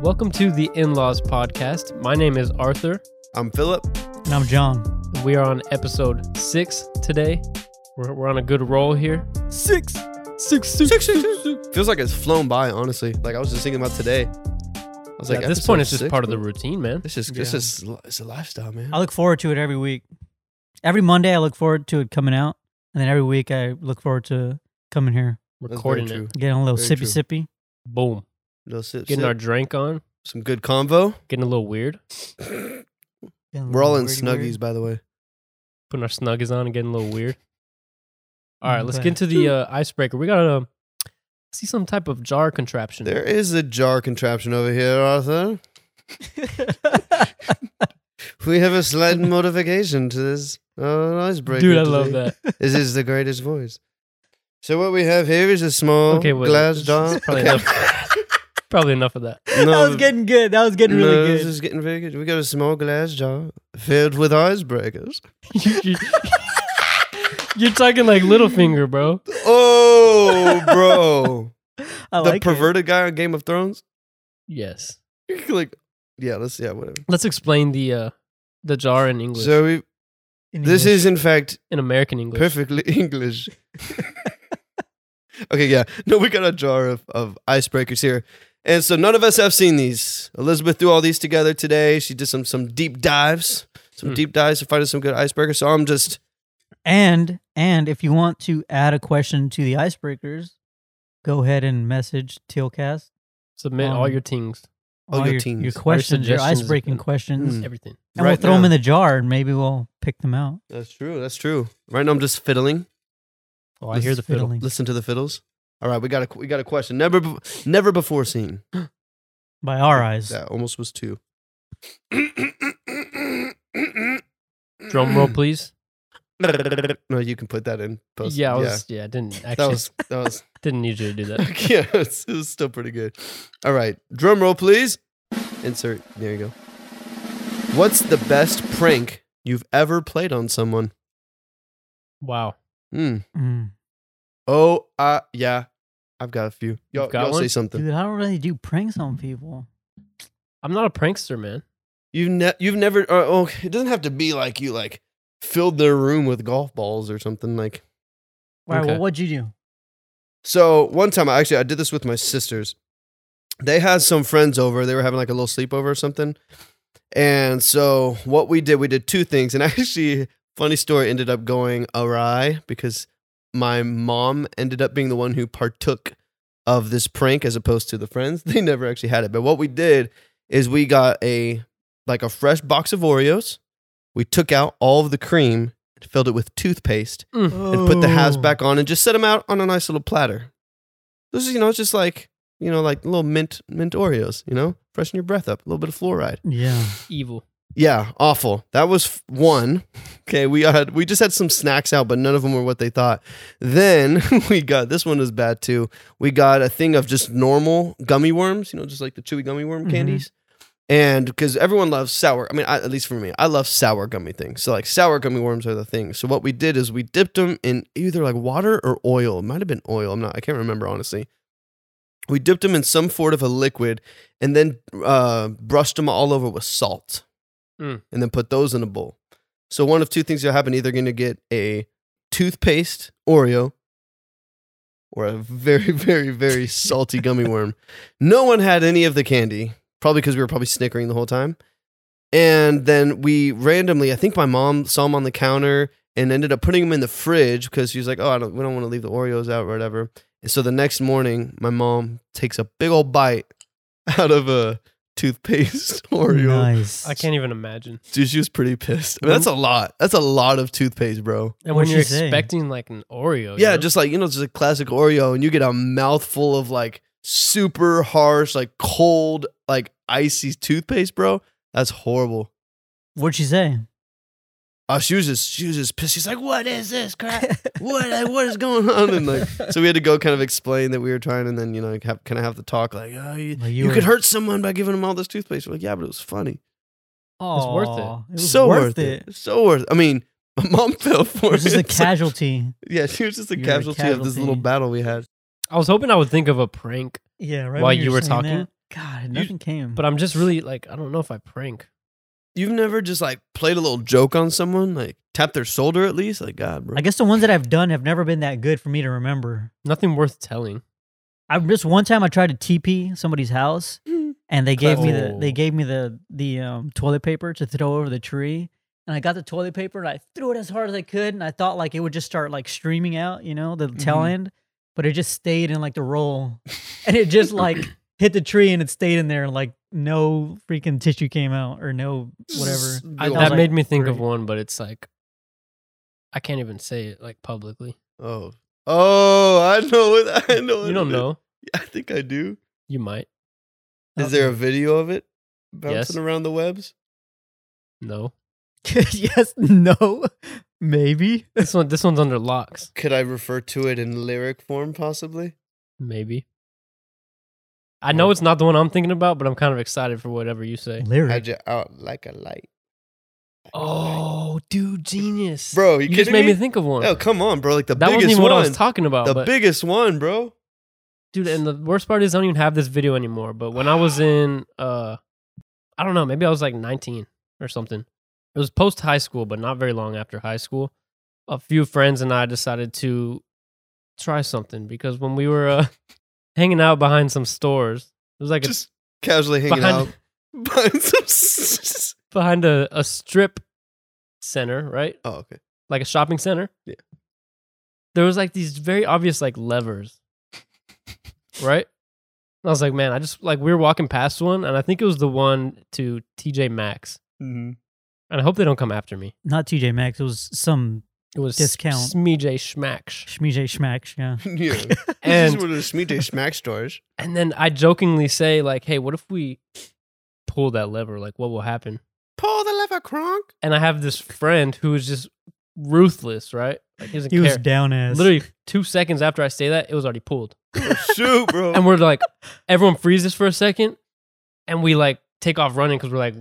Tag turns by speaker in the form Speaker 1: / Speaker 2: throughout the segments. Speaker 1: Welcome to the In Laws Podcast. My name is Arthur.
Speaker 2: I'm Philip.
Speaker 3: And I'm John.
Speaker 1: We are on episode six today. We're, we're on a good roll here.
Speaker 3: Six.
Speaker 1: Six, six,
Speaker 2: Six, six, six. Feels like it's flown by, honestly. Like I was just thinking about today. I was
Speaker 1: at this point, it's just part of the
Speaker 2: room.
Speaker 1: routine, man.
Speaker 2: This is this
Speaker 3: Yeah.
Speaker 2: is it's a lifestyle, man.
Speaker 3: I look forward to it every week. Every Monday, I look forward to it coming out, and then every week, I look forward to coming here,
Speaker 2: That's very
Speaker 1: Recording it.
Speaker 2: true.
Speaker 3: getting a little
Speaker 2: Very
Speaker 3: sippy sippy.
Speaker 1: Boom.
Speaker 2: No sip,
Speaker 1: Getting
Speaker 2: sip.
Speaker 1: our drink on.
Speaker 2: some good convo.
Speaker 1: Getting a little weird.
Speaker 3: getting a
Speaker 2: We're all in
Speaker 3: little weirdy
Speaker 2: snuggies,
Speaker 3: weird.
Speaker 2: by the way.
Speaker 1: Putting our snuggies on and getting a little weird. All right, let's
Speaker 3: Okay.
Speaker 1: get into the uh, icebreaker. We got to see some type of jar contraption.
Speaker 2: There is a jar contraption over here, Arthur. We have a slight modification to this uh, icebreaker.
Speaker 1: Dude, I
Speaker 2: today.
Speaker 1: love that.
Speaker 2: This is the greatest voice. So what we have here is a small
Speaker 1: Okay, wait.
Speaker 2: glass
Speaker 1: this is
Speaker 2: jar.
Speaker 1: Probably,
Speaker 2: Okay.
Speaker 1: enough, probably enough of that.
Speaker 3: that was getting good. That was getting
Speaker 2: no,
Speaker 3: really
Speaker 2: This
Speaker 3: good.
Speaker 2: is getting very good. We got a small glass jar filled with icebreakers.
Speaker 1: You're talking like Littlefinger, bro.
Speaker 2: Oh, bro.
Speaker 3: I
Speaker 2: the
Speaker 3: like it.
Speaker 2: perverted guy on Game of Thrones.
Speaker 1: Yes.
Speaker 2: like, yeah, let's, yeah, whatever.
Speaker 1: Let's explain the uh, the jar in English,
Speaker 2: So we,
Speaker 3: In
Speaker 2: this
Speaker 3: English.
Speaker 2: is in fact
Speaker 1: in American English.
Speaker 2: perfectly English. okay, yeah. No, we got a jar of, of icebreakers here. And so none of us have seen these. Elizabeth threw all these together today. She did some some deep dives, some
Speaker 1: Hmm.
Speaker 2: deep dives to find us some good icebreakers. So I'm just
Speaker 3: And and if you want to add a question to the icebreakers, go ahead and message Tealcast.
Speaker 1: Submit all
Speaker 3: Um,
Speaker 1: your things,
Speaker 2: All your teams. Your
Speaker 3: your questions, your
Speaker 1: suggestions.
Speaker 3: icebreaking questions,
Speaker 2: Mm.
Speaker 3: and
Speaker 1: everything.
Speaker 3: we'll
Speaker 2: Right
Speaker 3: throw them
Speaker 2: now.
Speaker 3: in the jar, and maybe we'll pick them out.
Speaker 2: That's true. That's true. Right now I'm just fiddling.
Speaker 1: Oh, I hear the fiddle.
Speaker 3: Fiddling.
Speaker 2: Listen to the fiddles. All right, we got a we got a question. Never be- never before seen.
Speaker 3: By our eyes,
Speaker 2: That almost was two.
Speaker 1: Drum roll, please.
Speaker 2: No, you can put that in. Post.
Speaker 1: yeah, I was, yeah, I didn't
Speaker 2: yeah.
Speaker 1: actually
Speaker 2: That was that was
Speaker 1: didn't need you to do that.
Speaker 2: yeah. It was, it was still pretty good. All right, drum roll, please. Insert. There you go. What's the best prank you've ever played on someone?
Speaker 1: Wow.
Speaker 2: Hmm.
Speaker 3: Mm.
Speaker 2: Oh, uh, yeah. I've got a few. Y'all,
Speaker 1: You've got
Speaker 2: y'all say
Speaker 1: one?
Speaker 2: something.
Speaker 3: dude, I don't really do pranks on people.
Speaker 1: I'm not a prankster, man.
Speaker 2: You've ne- you've never. Uh, oh, it doesn't have to be like you like filled their room with golf balls or something like.
Speaker 3: All right,
Speaker 1: Okay.
Speaker 3: well, what'd you do?
Speaker 2: So one time, I actually I did this with my sisters. They had some friends over. They were having like a little sleepover or something. And so what we did, we did two things. And actually, funny story ended up going awry because my mom ended up being the one who partook of this prank as opposed to the friends. They never actually had it. But what we did is we got a like a fresh box of Oreos. We took out all of the cream and filled it with toothpaste and put the halves back on and just set them out on a nice little platter. This is, you know, it's just like, you know, like little mint mint Oreos, you know, freshen your breath up, a little bit of fluoride.
Speaker 3: Yeah,
Speaker 1: Evil.
Speaker 2: Yeah, awful. That was f- one. Okay, we had we just had some snacks out, but none of them were what they thought. Then we got this one was bad too. We got a thing of just normal gummy worms, you know, just like the chewy gummy worm
Speaker 3: Mhm.
Speaker 2: candies. And because everyone loves sour, I mean, I, at least for me, I love sour gummy things. So like sour gummy worms are the thing. So what we did is we dipped them in either like water or oil. It might have been oil. I'm not. I can't remember honestly. We dipped them in some sort of a liquid and then uh, brushed them all over with salt
Speaker 1: Mm.
Speaker 2: and then put those in a bowl. So one of two things will happen. Either going to get a toothpaste Oreo or a very, very, very salty gummy worm. No one had any of the candy, probably because we were probably snickering the whole time. And then we randomly, I think my mom saw them on the counter and ended up putting them in the fridge because she was like, oh, I don't, we don't want to leave the Oreos out or whatever. And so the next morning, my mom takes a big old bite out of a toothpaste Oreo.
Speaker 3: nice.
Speaker 1: I can't even imagine.
Speaker 2: Dude, she was pretty pissed. I mean, that's a lot. That's a lot of toothpaste, bro.
Speaker 1: And
Speaker 3: What'd
Speaker 1: when you're
Speaker 3: she say?
Speaker 1: expecting like an Oreo, you
Speaker 2: Yeah,
Speaker 1: know?
Speaker 2: just like, you know, just a classic Oreo, and you get a mouthful of like super harsh, like cold, like icy toothpaste, bro. That's horrible.
Speaker 3: What'd she say?
Speaker 2: Oh, she was just she was just pissed. She's like, "What is this crap? What what is going on?" And like, so we had to go kind of explain that we were trying, and then you know, have, kind of have to talk like, "Oh, you,
Speaker 3: Well,
Speaker 2: you
Speaker 3: were-
Speaker 2: could hurt someone by giving them all this toothpaste." We're like, yeah, but it was funny.
Speaker 3: Aw,
Speaker 1: worth it.
Speaker 3: was
Speaker 2: so
Speaker 3: worth it.
Speaker 2: So worth. I mean, My mom fell for it.
Speaker 3: Which is a
Speaker 2: So-
Speaker 3: casualty.
Speaker 2: yeah, she was just a
Speaker 3: You're the
Speaker 2: casualty, of this little
Speaker 3: casualty.
Speaker 2: battle we had.
Speaker 1: I was hoping I would think of a prank,
Speaker 3: Yeah, right.
Speaker 1: While
Speaker 3: when
Speaker 1: you were
Speaker 3: saying
Speaker 1: talking?
Speaker 3: that. God, nothing came.
Speaker 1: but I'm just really like, I don't know if I prank.
Speaker 2: You've never just like played a little joke on someone, like tap their shoulder at least? Like, God, bro.
Speaker 3: I guess the ones that I've done have never been that good for me to remember.
Speaker 1: Nothing worth telling.
Speaker 3: I just one time I tried to TP somebody's house
Speaker 2: Hmm.
Speaker 3: and they gave me the
Speaker 1: Oh.
Speaker 3: they gave me the the um, toilet paper to throw over the tree. And I got the toilet paper and I threw it as hard as I could and I thought like it would just start like streaming out, you know, the tail
Speaker 2: Mhm.
Speaker 3: end, but it just stayed in like the roll. And it just like hit the tree and it stayed in there like no freaking tissue came out or no whatever.
Speaker 1: I,
Speaker 2: Big
Speaker 1: that
Speaker 2: old-
Speaker 3: like,
Speaker 1: made me think of
Speaker 3: great.
Speaker 1: one, but it's like, I can't even say it like publicly.
Speaker 2: oh. Oh, I know it. I know it.
Speaker 1: You don't know.
Speaker 2: I think I do.
Speaker 1: You might.
Speaker 2: Is there a video of it bouncing
Speaker 1: Yes.
Speaker 2: around the webs?
Speaker 1: No.
Speaker 3: yes, no, maybe.
Speaker 1: This one. This one's under locks.
Speaker 2: Could I refer to it in lyric form possibly?
Speaker 1: Maybe. I know it's not the one I'm thinking about, but I'm kind of excited for whatever you say.
Speaker 2: I
Speaker 3: Lyric.
Speaker 2: just out like a light.
Speaker 1: Oh, dude, genius,
Speaker 2: Bro, you
Speaker 1: You just
Speaker 2: kidding
Speaker 1: made
Speaker 2: me?
Speaker 1: me think of one.
Speaker 2: Oh, come on, bro. Like the
Speaker 1: that wasn't
Speaker 2: biggest
Speaker 1: even
Speaker 2: one.
Speaker 1: what I was talking about.
Speaker 2: the
Speaker 1: but
Speaker 2: biggest one, bro.
Speaker 1: dude, and the worst part is I don't even have this video anymore. But when I was in, uh, I don't know, maybe I was like 19 or something. It was post high school, but not very long after high school. A few friends and I decided to try something because when we were uh, hanging out behind some stores, it was like a
Speaker 2: Just casually hanging
Speaker 1: behind-
Speaker 2: out. Behind some-
Speaker 1: behind a, a strip center, right?
Speaker 2: oh, okay.
Speaker 1: Like a shopping center.
Speaker 2: Yeah.
Speaker 1: There was like these very obvious like levers. right? And I was like, man, I just like we were walking past one and I think it was the one to TJ Maxx.
Speaker 2: Mhm.
Speaker 1: And I hope they don't come after me.
Speaker 3: Not TJ Maxx. It was some
Speaker 1: It was
Speaker 3: Discount.
Speaker 1: Smej Schmack.
Speaker 3: Schmije Schmacks. Yeah.
Speaker 2: yeah. This is
Speaker 1: And-
Speaker 2: one of the Smeete smack stores.
Speaker 1: And then I jokingly say, like, hey, what if we pull that lever? Like, what will happen?
Speaker 2: Pull the lever, Kronk.
Speaker 1: And I have this friend who is just ruthless, right? Like he doesn't
Speaker 3: He
Speaker 1: care.
Speaker 3: was down as
Speaker 1: Literally two seconds after I say that, it was already pulled.
Speaker 2: Oh, Shoot, bro.
Speaker 1: and we're like, everyone freezes for a second, and we like take off running because we're like,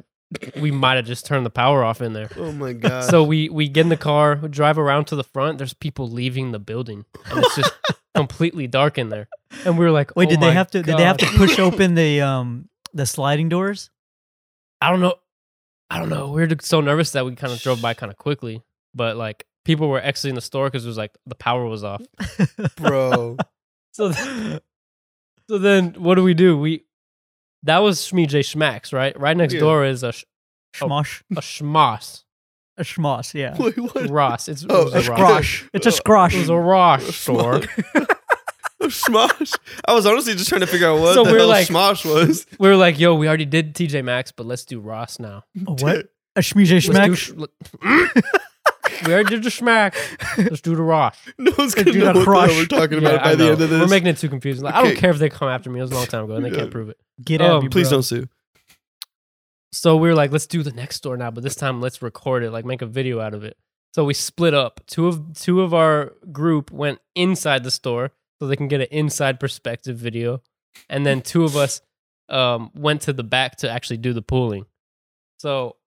Speaker 1: we might have just turned the power off in there.
Speaker 2: oh my
Speaker 3: Uh,
Speaker 2: god.
Speaker 1: So we we get in the car, we drive around to the front. There's people leaving the building, and it's just completely dark in there. And we were like,
Speaker 3: Wait,
Speaker 1: oh
Speaker 3: did they
Speaker 1: my
Speaker 3: have to? Did they have to
Speaker 1: God.
Speaker 3: push open the um the sliding doors?
Speaker 1: I don't know. I don't know. We were so nervous that we kind of drove by kind of quickly, but like people were exiting the store because it was like the power was off.
Speaker 2: bro.
Speaker 1: So, th- so then what do we do? We that was Shmee J Schmacks, right? Right next
Speaker 2: Yeah.
Speaker 1: door is a sh- Oh.
Speaker 3: Schmosh.
Speaker 1: a schmoss
Speaker 3: A schmoss. Yeah.
Speaker 2: Wait, what?
Speaker 1: Ross. It's
Speaker 2: Oh,
Speaker 1: it was
Speaker 2: a
Speaker 1: a Ross.
Speaker 2: scrosh.
Speaker 3: It's a
Speaker 1: It was
Speaker 3: scrosh.
Speaker 1: a Ross
Speaker 2: A
Speaker 1: store.
Speaker 2: Oh, Smosh. I was honestly just trying to figure out what
Speaker 1: So
Speaker 2: the
Speaker 1: we're
Speaker 2: hell
Speaker 1: like-
Speaker 2: Smosh was.
Speaker 1: We were like, "Yo, we already did TJ Maxx, but let's do Ross now."
Speaker 3: A what? A schmije
Speaker 1: Let's do
Speaker 3: schmack.
Speaker 1: sh- we already did the schmack. Let's do the Ross.
Speaker 2: No one's gonna know
Speaker 3: Dude, a
Speaker 2: what the hell
Speaker 3: crush.
Speaker 2: we're talking about
Speaker 1: Yeah,
Speaker 2: by
Speaker 1: I
Speaker 2: the
Speaker 1: know.
Speaker 2: end of this.
Speaker 1: We're making it too confusing. Like, I don't
Speaker 2: Okay.
Speaker 1: care if they come after me. It was a long time ago, and they can't prove it.
Speaker 3: Get out.
Speaker 1: Um,
Speaker 3: me,
Speaker 2: Please
Speaker 3: bro.
Speaker 2: don't sue.
Speaker 1: So we were like, "Let's do the next store now, but this time let's record it, like make a video out of it." So we split up. Two of two of our group went inside the store so they can get an inside perspective video, and then two of us um, went to the back to actually do the pulling. So,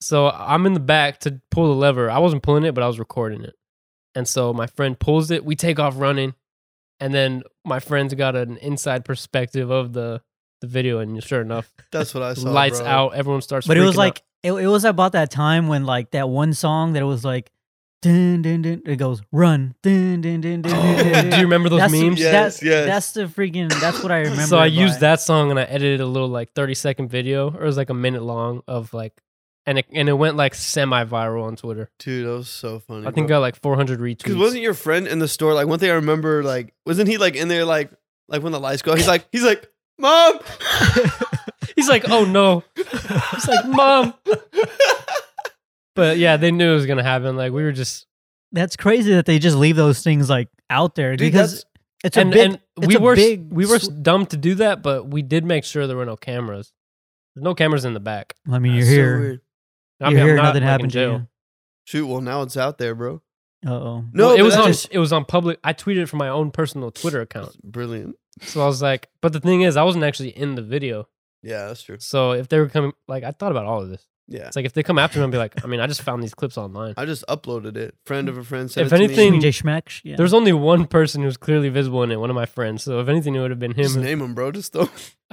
Speaker 1: so I'm in the back to pull the lever. I wasn't pulling it, but I was recording it. And so my friend pulls it. We take off running, and then my friend's got an inside perspective of the the video. And sure enough,
Speaker 2: That's what I saw.
Speaker 1: lights
Speaker 2: bro.
Speaker 1: out. Everyone starts.
Speaker 3: But it
Speaker 1: freaking
Speaker 3: was
Speaker 1: out.
Speaker 3: like it, it was about that time when like that one song that it was like. Dun, dun, dun, it goes run. Dun, dun, dun, dun, dun, dun, dun.
Speaker 1: do you remember those
Speaker 3: that's,
Speaker 1: memes?
Speaker 2: Yeah,
Speaker 3: That's,
Speaker 2: Yes, yes.
Speaker 3: that's the freaking. That's what I remember.
Speaker 1: so I
Speaker 3: it by.
Speaker 1: used that song and I edited a little like 30 second video, or it was like a minute long of like, and it and it went like semi viral on Twitter.
Speaker 2: Dude, that was so funny.
Speaker 1: I think
Speaker 2: bro.
Speaker 1: got like 400
Speaker 2: Because
Speaker 1: retweets.
Speaker 2: wasn't your friend in the store like one thing I remember like wasn't he like in there like like when the lights go out, he's like he's like mom
Speaker 1: He's like, oh no. He's like, mom. But yeah, they knew it was gonna happen. Like we were just
Speaker 3: That's crazy that they just leave those things like out there
Speaker 2: Dude,
Speaker 3: because it's a
Speaker 1: and,
Speaker 3: big.
Speaker 1: and
Speaker 3: it's
Speaker 1: we
Speaker 3: a
Speaker 1: were s-
Speaker 3: big
Speaker 1: we were s
Speaker 3: sw-
Speaker 1: dumb to do that, but we did make sure there were no cameras. There's no cameras in the back.
Speaker 3: I mean, you're
Speaker 2: That's so
Speaker 3: here.
Speaker 2: weird.
Speaker 1: I mean,
Speaker 3: you're
Speaker 1: I'm
Speaker 3: here.
Speaker 1: not,
Speaker 3: Nothing
Speaker 1: like, in
Speaker 3: happened
Speaker 1: jail.
Speaker 3: to
Speaker 2: Shoot, well now it's out there, bro.
Speaker 3: you. Uh oh.
Speaker 2: No,
Speaker 1: it
Speaker 2: but
Speaker 1: was
Speaker 2: that's
Speaker 1: on
Speaker 2: just-
Speaker 1: it was on public. I tweeted it from my own personal Twitter account.
Speaker 2: brilliant.
Speaker 1: So I was like, but the thing is, I wasn't actually in the video.
Speaker 2: Yeah, that's true.
Speaker 1: So if they were coming, like, I thought about all of this.
Speaker 2: Yeah.
Speaker 1: It's like if they come after me, I'll be like, I mean, I just found these clips online.
Speaker 2: I just uploaded it. Friend of a friend sent
Speaker 1: Mm. If
Speaker 2: it to me.
Speaker 1: anything,
Speaker 3: J Schmack. Yeah.
Speaker 1: There's only one person who's clearly visible in it, one of my friends. So if anything, it would have been
Speaker 2: Just
Speaker 1: him.
Speaker 2: name him, bro. Just throw.
Speaker 1: I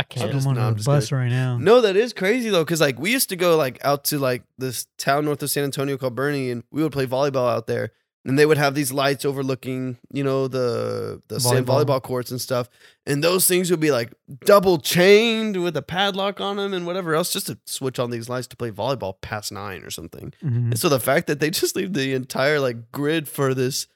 Speaker 3: Shove
Speaker 1: can't.
Speaker 2: just-
Speaker 3: him under
Speaker 2: no, I'm
Speaker 3: the
Speaker 2: just
Speaker 3: bus right now.
Speaker 2: No, that is crazy though, because like we used to go like out to like this town north of San Antonio called Bernie, and we would play volleyball out there. And they would have these lights overlooking, you know, the the sand
Speaker 1: Volleyball.
Speaker 2: volleyball courts and stuff. And those things would be like double chained with a padlock on them and whatever else, just to switch on these lights to play volleyball past nine or something.
Speaker 3: Mhm.
Speaker 2: And so the fact that they just leave the entire like grid for this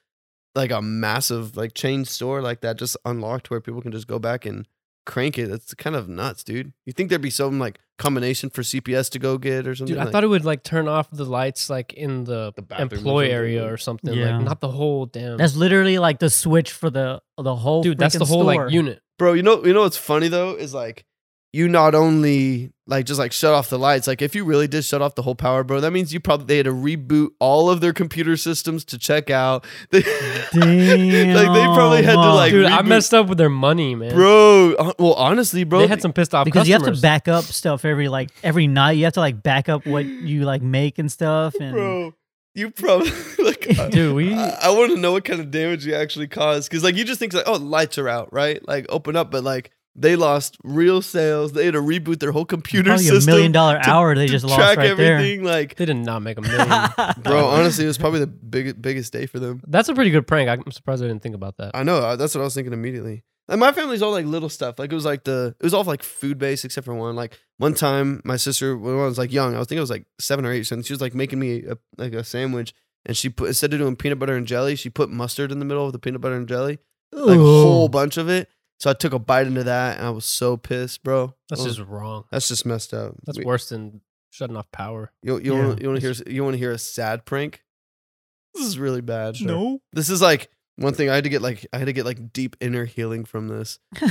Speaker 2: like a massive like chain store like that just unlocked where people can just go back and crank it. That's kind of nuts, dude. You think there'd be some like combination for CPS to go get or something?
Speaker 1: Dude, I
Speaker 2: like,
Speaker 1: thought it would like turn off the lights like in the,
Speaker 2: The bathroom or
Speaker 1: employee
Speaker 2: something,
Speaker 1: area
Speaker 2: yeah.
Speaker 1: or something.
Speaker 3: Yeah.
Speaker 1: Like not the whole damn.
Speaker 3: That's literally like the switch for the the whole
Speaker 1: dude, that's
Speaker 3: freaking
Speaker 1: the whole
Speaker 3: store.
Speaker 1: like unit.
Speaker 2: Bro, you know you know what's funny though is like you not only like just like shut off the lights, like if you really did shut off the whole power, bro, that means you probably they had to reboot all of their computer systems to check out. They,
Speaker 3: Damn.
Speaker 2: Like, they probably had to,
Speaker 3: uh,
Speaker 2: like,
Speaker 1: Dude, I
Speaker 2: reboot-
Speaker 1: messed up with their money, man.
Speaker 2: bro, hon- well honestly, bro,
Speaker 1: they had some pissed off
Speaker 3: because
Speaker 1: customers.
Speaker 3: you have to back up stuff every like every night. You have to like back up what you like make and stuff. And
Speaker 2: bro, you probably like uh,
Speaker 1: Dude, we
Speaker 2: I, want to know what kind of damage you actually caused because like you just think like oh lights are out right like open up but like they lost real sales they had to reboot their whole computer
Speaker 3: probably
Speaker 2: system
Speaker 3: a million dollar
Speaker 2: to
Speaker 3: hour they just
Speaker 2: to
Speaker 3: lost
Speaker 2: track
Speaker 3: right
Speaker 2: everything like
Speaker 1: they did not make a million.
Speaker 3: there.
Speaker 2: bro honestly it was probably the biggest biggest day for them
Speaker 1: that's a pretty good prank. I'm surprised I didn't think about that.
Speaker 2: I know uh, that's what I was thinking immediately and my family's all like little stuff like it was like the it was all like food based except for one like one time my sister when I was like young I was think I was like seven or eight something she was like making me a, like a sandwich and she put instead of doing peanut butter and jelly she put mustard in the middle of the peanut butter and jelly like a whole bunch of it. So I took a bite into that and I was so pissed, bro.
Speaker 1: That's
Speaker 2: I was-
Speaker 1: just wrong.
Speaker 2: that's just messed up.
Speaker 1: That's
Speaker 2: We-
Speaker 1: worse than shutting off power.
Speaker 2: You you
Speaker 3: Yeah,
Speaker 2: want you want to hear you want to hear a sad prank? This is really bad.
Speaker 3: No.
Speaker 2: This is like one thing I had to get like I had to get like deep inner healing from this.
Speaker 1: Oh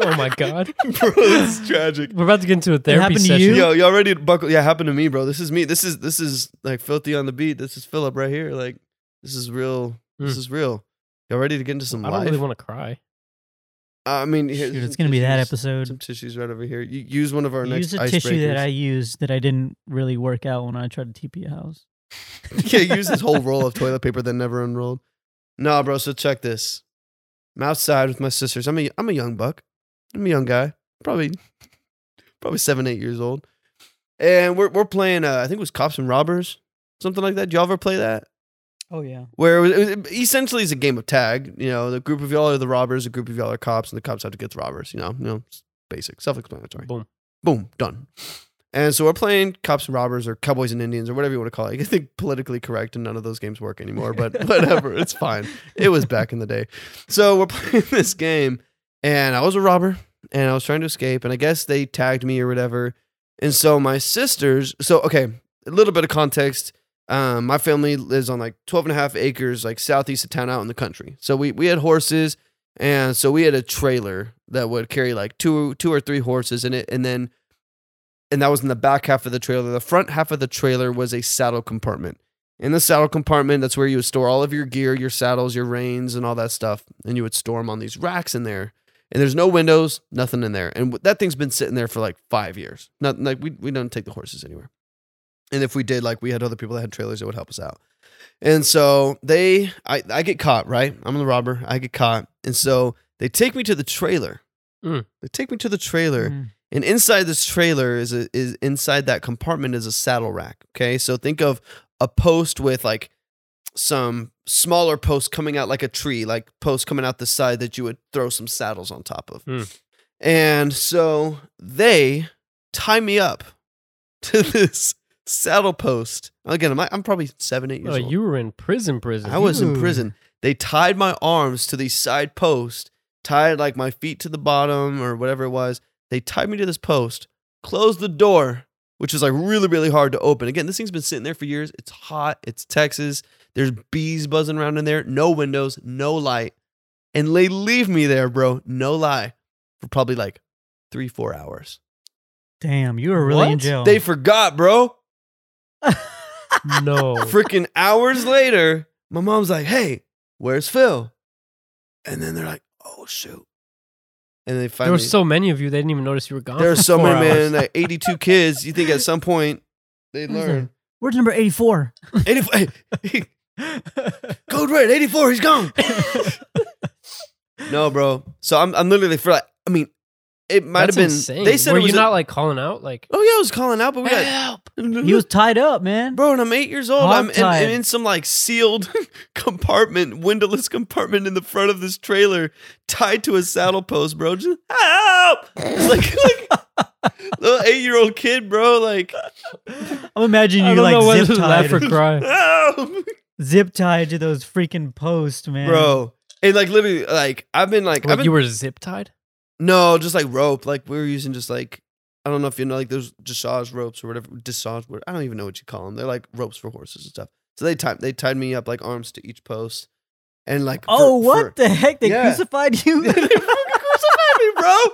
Speaker 2: oh
Speaker 1: my god.
Speaker 2: bro, this is tragic.
Speaker 1: We're about to get into a therapy
Speaker 3: happened to
Speaker 1: session.
Speaker 3: you?
Speaker 2: Yo, y'all ready to buckle? Yeah, happened to me, bro. This is me. This is this is like filthy on the beat. This is Philip right here. Like this is real. This
Speaker 3: Hmm.
Speaker 1: Mm.
Speaker 2: is real. Y'all ready to get into some
Speaker 1: I don't
Speaker 2: life?
Speaker 1: really want to cry.
Speaker 2: I mean, here's
Speaker 3: Dude, it's
Speaker 2: some
Speaker 3: gonna be that
Speaker 2: tissues.
Speaker 3: episode.
Speaker 2: some tissues right over here. You use one of our next
Speaker 3: Use a
Speaker 2: ice
Speaker 3: tissue that I
Speaker 2: breakers.
Speaker 3: used that I didn't really work out when I tried to TP a house.
Speaker 2: yeah, use this whole roll of toilet paper that never unrolled. Nah, bro. So check this. I'm outside with my sisters. I'm a I'm a young buck. I'm a young guy. Probably probably seven eight years old. And we're we're playing. Uh, I think it was cops and robbers, something like that. Do y'all ever play that?
Speaker 3: Oh yeah.
Speaker 2: Where it was, it was- essentially it's a game of tag. You know, the group of y'all are the robbers, the group of y'all are cops, and the cops have to get the robbers. You know, you know, it's basic, self-explanatory.
Speaker 1: Boom.
Speaker 2: boom, done. And so we're playing cops and robbers or cowboys and Indians or whatever you want to call it. I think politically correct, and none of those games work anymore, but whatever, it's fine. It was back in the day. So we're playing this game, and I was a robber, and I was trying to escape, and I guess they tagged me or whatever. And so my sisters, so okay, a little bit of context. Um, my family lives on like 12 and a half acres, like southeast of town out in the country. So we, we had horses, and so we had a trailer that would carry like two two or three horses in it, and then and that was in the back half of the trailer. The front half of the trailer was a saddle compartment. In the saddle compartment, that's where you would store all of your gear, your saddles, your reins, and all that stuff. And you would store them on these racks in there. And there's no windows, nothing in there. And w- that thing's been sitting there for like five years. Not like we we don't take the horses anywhere. And if we did, like we had other people that had trailers that would help us out. And so they, I, I get caught, right? I'm the robber. I get caught. And so they take me to the trailer.
Speaker 1: Mm.
Speaker 2: They take me to the trailer.
Speaker 3: Mm.
Speaker 2: And inside this trailer is a, is inside that compartment is a saddle rack. Okay, so think of a post with like some smaller posts coming out like a tree, like posts coming out the side that you would throw some saddles on top of.
Speaker 1: Hmm.
Speaker 2: And so they tie me up to this saddle post. Again, I'm, I'm probably seven, eight years
Speaker 1: Oh,
Speaker 2: old.
Speaker 1: you were in prison, prison.
Speaker 2: I was in
Speaker 3: Dude.
Speaker 2: prison. They tied my arms to these side posts, tied like my feet to the bottom or whatever it was. They tied me to this post, closed the door, which was like really, really hard to open. Again, this thing's been sitting there for years. It's hot. It's Texas. There's bees buzzing around in there. No windows, no light. And they leave me there, bro. No lie. For probably like three, four hours.
Speaker 3: Damn, you were really in
Speaker 1: What?
Speaker 3: jail.
Speaker 2: They forgot, bro.
Speaker 1: no.
Speaker 2: Freaking hours later, my mom's like, "Hey, where's Phil?" And then they're like, "Oh shoot!" And they
Speaker 1: there
Speaker 2: finally
Speaker 1: were so many of you, they didn't even notice you were gone.
Speaker 2: there are
Speaker 1: for
Speaker 2: so
Speaker 1: four
Speaker 2: many
Speaker 1: hours.
Speaker 2: man, like eighty-two kids. You think at some point They
Speaker 3: What is
Speaker 2: learn.
Speaker 3: Where's number 84?
Speaker 2: 84. Code red, 84, he's gone. no, bro. So I'm, I'm literally for like, I mean, it might have
Speaker 1: That's
Speaker 2: been.
Speaker 1: insane.
Speaker 2: They said
Speaker 1: Were
Speaker 2: it was
Speaker 1: you
Speaker 2: a-
Speaker 1: not like calling out? Like,
Speaker 2: Oh yeah, I was calling out, but we got
Speaker 1: help.
Speaker 3: He was tied up, man.
Speaker 2: bro, and I'm eight years old.
Speaker 3: Hog
Speaker 2: I'm in,
Speaker 3: tied.
Speaker 2: in some like sealed compartment, windowless compartment in the front of this trailer, tied to a saddle post, bro. Just help! like, like little eight year old kid, bro. Like
Speaker 3: I'm imagining
Speaker 1: I
Speaker 3: you
Speaker 1: don't know
Speaker 3: like
Speaker 1: whether
Speaker 3: zip
Speaker 1: to laugh or
Speaker 3: tied,
Speaker 1: cry.
Speaker 2: help,
Speaker 3: zip tied to those freaking posts, man.
Speaker 2: bro. And like literally, like I've been like, I've
Speaker 1: Like
Speaker 2: been
Speaker 1: you were zip tied.
Speaker 2: No, just like rope. Like we were using just like I don't know if you know like those dressage ropes or whatever dressage. What I don't even know what you call them. They're like ropes for horses and stuff. So they tied they tied me up like arms to each post, and like for-
Speaker 3: Oh, what
Speaker 2: for-
Speaker 3: the heck? They
Speaker 2: Yeah.
Speaker 3: crucified you,
Speaker 2: They fucking
Speaker 3: crucified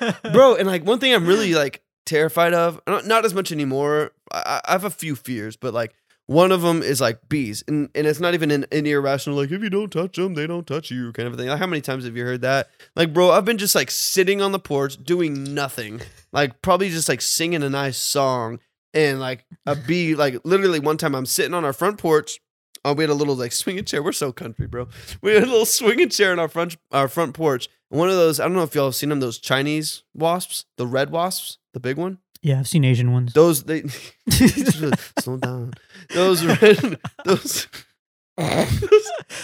Speaker 3: me,
Speaker 2: bro? And like one thing I'm really like terrified of. Not, not as much anymore. I, I I have a few fears, but like one of them is like bees, and and it's not even an, an irrational like if you don't touch them, they don't touch you kind of a thing. Like how many times have you heard that? Like, bro, I've been just like sitting on the porch doing nothing, like probably just like singing a nice song. And like a bee, like literally one time I'm sitting on our front porch. Uh, we had a little like swinging chair. We're so country, bro. We had a little swinging chair in our front our front porch. And one of those, I don't know if y'all have seen them, those Chinese wasps, the red wasps, the big one.
Speaker 3: Yeah, I've seen Asian ones.
Speaker 2: Those they slow down. Those red those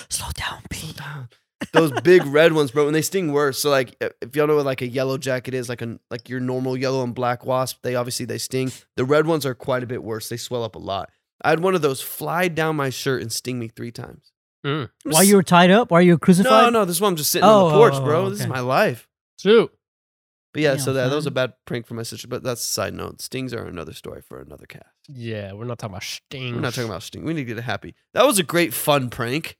Speaker 3: Slow down, Pete.
Speaker 2: those big red ones, bro, and they sting worse. So like, if y'all know what like a yellow jacket is, like a like your normal yellow and black wasp, they obviously they sting. The red ones are quite a bit worse. They swell up a lot. I had one of those fly down my shirt and sting me three times.
Speaker 1: Mm.
Speaker 2: I'm
Speaker 3: While
Speaker 2: s-
Speaker 3: you were tied up, while you were
Speaker 2: no
Speaker 3: crucified.
Speaker 2: no, this is why I'm just sitting on the
Speaker 3: Oh,
Speaker 2: porch,
Speaker 3: oh,
Speaker 2: bro.
Speaker 3: oh,
Speaker 2: This is
Speaker 3: okay.
Speaker 2: my life.
Speaker 1: Shoot.
Speaker 2: But yeah,
Speaker 3: Damn,
Speaker 2: so that, that was a
Speaker 3: son.
Speaker 2: bad prank for my sister. But that's a side note. Stings are another story for another cast.
Speaker 1: Yeah, we're not talking about sting.
Speaker 2: We're not talking about sting. We need to get it happy. That was a great fun prank.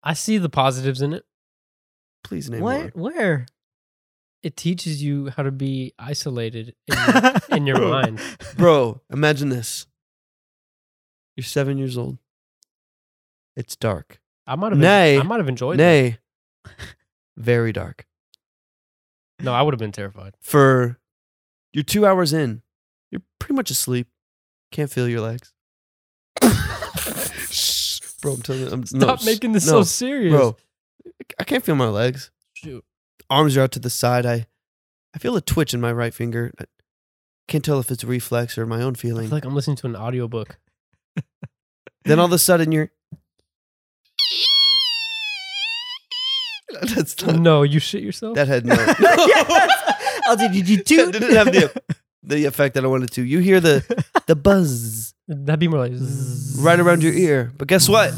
Speaker 1: I see the positives in it.
Speaker 2: Please name one.
Speaker 3: What? Where?
Speaker 1: It teaches you how to be isolated in your, in your mind.
Speaker 2: Bro, imagine this. You're seven years old. It's dark.
Speaker 1: I might have.
Speaker 2: Nay.
Speaker 1: I might have enjoyed. that.
Speaker 2: Nay, very dark.
Speaker 1: No, I would have been terrified.
Speaker 2: For you're two hours in. You're pretty much asleep. Can't feel your legs. Shh. Bro, I'm telling you. I'm, no,
Speaker 1: Stop
Speaker 2: sh-
Speaker 1: making this so
Speaker 2: no,
Speaker 1: serious,
Speaker 2: Bro, I can't feel my legs.
Speaker 1: Shoot.
Speaker 2: Arms are out to the side. I, I feel a twitch in my right finger. I can't tell if it's a reflex or my own
Speaker 1: I
Speaker 2: feeling.
Speaker 1: feel like I'm listening to an audiobook.
Speaker 2: Then all of a sudden you're. That's not.
Speaker 1: No, you shit yourself.
Speaker 2: That had no.
Speaker 3: yes. I was like, did you
Speaker 2: That
Speaker 3: toot?
Speaker 2: didn't have the, the effect that I wanted to. You hear the the buzz
Speaker 1: That'd be more
Speaker 2: Mm.
Speaker 1: like. zzz.
Speaker 2: right around your ear, but guess what?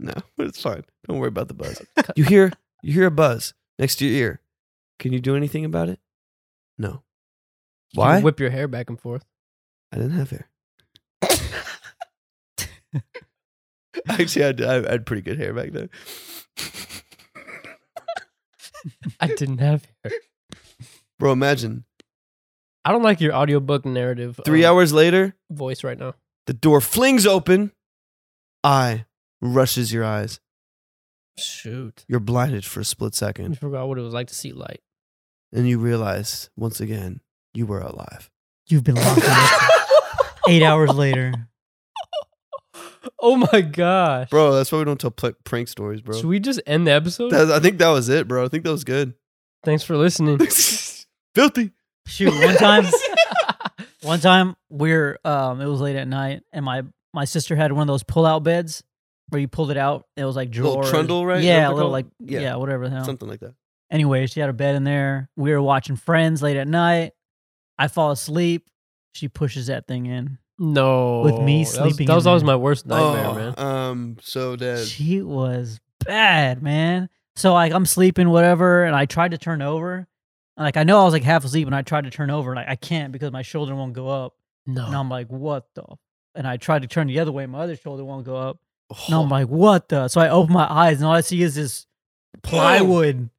Speaker 2: No, but it's fine. Don't worry about the buzz. You hear you hear a buzz next to your ear. Can you do anything about it? No.
Speaker 1: You
Speaker 2: Why?
Speaker 1: Whip your hair back and forth.
Speaker 2: I didn't have hair. Actually, I had, I had pretty good hair back then.
Speaker 1: I didn't have hair.
Speaker 2: Bro, imagine
Speaker 1: I don't like your audiobook narrative.
Speaker 2: three
Speaker 1: um,
Speaker 2: hours later,
Speaker 1: voice right now.
Speaker 2: the door flings open. Eye rushes your eyes.
Speaker 1: Shoot.
Speaker 2: You're blinded for a split
Speaker 1: I
Speaker 2: second,
Speaker 1: forgot what it was like to see light.
Speaker 2: and you realize once again you were alive.
Speaker 3: You've been locked in eight hours later.
Speaker 1: Oh my gosh.
Speaker 2: Bro, that's why we don't tell pl- prank stories, bro.
Speaker 1: Should we just end the episode?
Speaker 2: That- I think that was it, bro. I think that was good.
Speaker 1: Thanks for listening.
Speaker 2: Filthy.
Speaker 3: Shoot, one time, one time we're um, it was late at night, and my my sister had one of those pull out beds where you pulled it out. It was like
Speaker 2: Little
Speaker 3: drawers.
Speaker 2: trundle, right? Is that what
Speaker 3: Yeah,
Speaker 2: they're
Speaker 3: a little
Speaker 2: called?
Speaker 3: like
Speaker 2: Yeah.
Speaker 3: yeah, whatever the hell.
Speaker 2: Something like that.
Speaker 3: Anyway, she had a bed in there. We were watching Friends late at night. I fall asleep. She pushes that thing in.
Speaker 1: No.
Speaker 3: With me
Speaker 1: That was-
Speaker 3: sleeping
Speaker 1: That was,
Speaker 3: in
Speaker 1: always
Speaker 3: there.
Speaker 1: my worst nightmare,
Speaker 2: oh,
Speaker 1: man.
Speaker 2: Um, so dead.
Speaker 3: She was bad, man. So like I'm sleeping, whatever, and I tried to turn over. And, like I know I was like half asleep, and I tried to turn over, and I, I can't because my shoulder won't go up.
Speaker 1: No.
Speaker 3: And I'm like, what the? And I tried to turn the other way, my other shoulder won't go up. And
Speaker 2: Oh,
Speaker 3: I'm like, what the? So I open my eyes, and all I see is this
Speaker 2: Oh,
Speaker 3: plywood,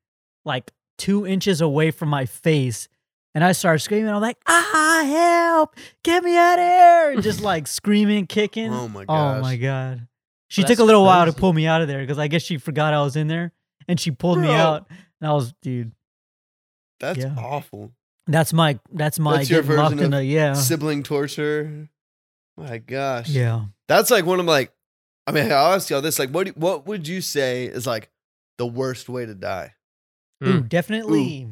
Speaker 3: like two inches away from my face. And I start screaming. I'm like, ah, help! Get me out of here! And just like screaming, kicking.
Speaker 2: oh my gosh.
Speaker 3: Oh my god. She
Speaker 1: That's
Speaker 3: took a little while to
Speaker 1: crazy.
Speaker 3: pull me out of there because I guess she forgot I was in there and she pulled me
Speaker 2: Bro.
Speaker 3: out. And I was, dude,
Speaker 2: That's
Speaker 3: Yeah.
Speaker 2: awful.
Speaker 3: That's my that's my
Speaker 2: That's your
Speaker 3: getting locked
Speaker 2: version
Speaker 3: in
Speaker 2: of
Speaker 3: a yeah
Speaker 2: Sibling torture. My gosh.
Speaker 3: yeah.
Speaker 2: That's like one of like, I mean, I'll ask y'all this. Like, what, do- what would you say is like the worst way to die?
Speaker 3: Ooh,
Speaker 1: Mm.
Speaker 3: definitely.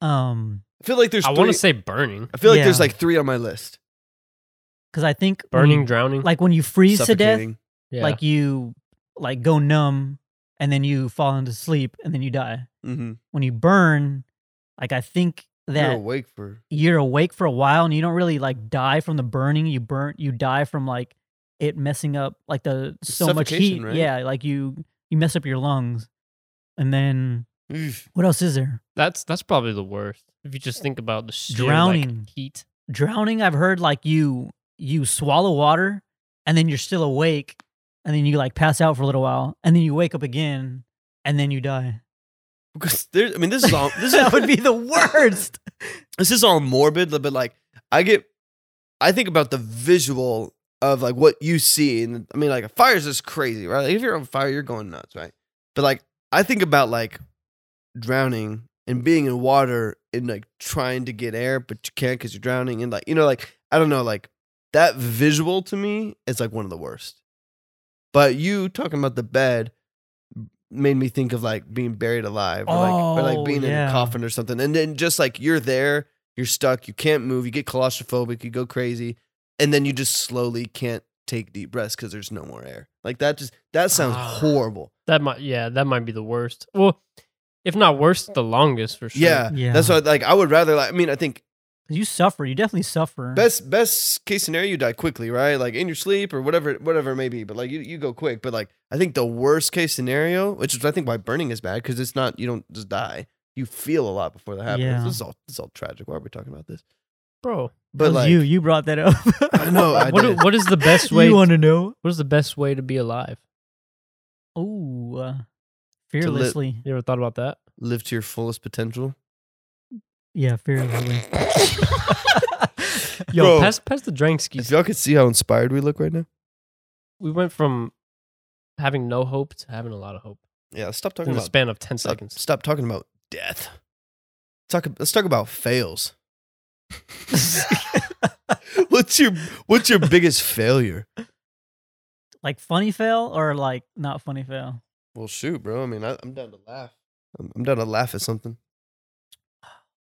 Speaker 3: Um,
Speaker 2: I feel like there's
Speaker 1: I
Speaker 2: three.
Speaker 1: want to say burning,
Speaker 2: I feel like there's
Speaker 3: Yeah.
Speaker 2: like three on my list.
Speaker 3: because I think when
Speaker 1: burning,
Speaker 3: you-
Speaker 1: drowning.
Speaker 3: like when you freeze to death,
Speaker 2: Suffocating.
Speaker 1: yeah.
Speaker 3: like you like go numb, and then you fall into sleep, and then you die.
Speaker 2: Mhm.
Speaker 3: When you burn, like I think
Speaker 2: You're
Speaker 3: that
Speaker 2: awake for.
Speaker 3: you're awake for a while and you don't really like die from the burning. You burn, you die from like it messing up like the
Speaker 2: It's
Speaker 3: so much
Speaker 2: suffocation,
Speaker 3: heat.
Speaker 2: right?
Speaker 3: Yeah, like you you mess up your lungs, and then
Speaker 2: Oof.
Speaker 3: what else is there?
Speaker 1: that's that's probably the worst. If you just think about the sheer, like,
Speaker 3: Drowning.
Speaker 1: heat.
Speaker 3: Drowning. I've heard like you you swallow water and then you're still awake, and then you like pass out for a little while, and then you wake up again, and then you die.
Speaker 2: Because there, I mean, this is all. This is
Speaker 3: that would be the worst.
Speaker 2: this is all morbid, but like I get, I think about the visual of like what you see, and I mean like a fire is just crazy, right? Like, if you're on fire, you're going nuts, right? But like I think about like drowning and being in water and like trying to get air, but you can't because you're drowning, and like you know, like I don't know, like that visual to me is like one of the worst. But you talking about the bed made me think of like being buried alive or like, or
Speaker 3: Oh,
Speaker 2: like being in
Speaker 3: yeah.
Speaker 2: a coffin or something. And then just like you're there, you're stuck, you can't move, you get claustrophobic, you go crazy, and then you just slowly can't take deep breaths because there's no more air. Like that just that sounds
Speaker 1: Ah.
Speaker 2: horrible.
Speaker 1: That might yeah, that might be the worst. Well, if not worst, the longest for sure.
Speaker 2: Yeah.
Speaker 3: Yeah.
Speaker 2: That's why like I would rather like I mean, I think
Speaker 3: 'Cause You suffer. You definitely suffer.
Speaker 2: best best case scenario you die quickly, right? Like in your sleep or whatever whatever it may be. But like you, you go quick. But like I think the worst case scenario, which is I think why burning is bad, because it's not you don't just die. You feel a lot before that happens.
Speaker 3: Yeah.
Speaker 2: This is all this is all tragic. Why are we talking about this?
Speaker 1: bro.
Speaker 3: That
Speaker 2: But
Speaker 3: was
Speaker 2: like
Speaker 3: you you brought that up.
Speaker 2: I know, I
Speaker 1: What,
Speaker 2: did.
Speaker 1: i- what is the best way?
Speaker 3: You want to know?
Speaker 1: what is the best way to be alive?
Speaker 3: Ooh, uh, fearlessly.
Speaker 1: You ever thought about that?
Speaker 2: live to your fullest potential.
Speaker 3: yeah, fearlessly.
Speaker 1: Yo,
Speaker 2: Bro.
Speaker 1: pass pass the drink
Speaker 2: If
Speaker 1: skis.
Speaker 2: y'all could see how inspired we look right now.
Speaker 1: We went from having no hope to having a lot of hope
Speaker 2: Yeah, stop talking
Speaker 1: in the
Speaker 2: about
Speaker 1: span of ten
Speaker 2: stop,
Speaker 1: seconds.
Speaker 2: Stop talking about death. Talk let's talk about fails. What's your what's your biggest failure?
Speaker 3: like funny fail or like not funny fail?
Speaker 2: Well shoot, bro. I mean I, I'm down to laugh. I'm, I'm down to laugh at something.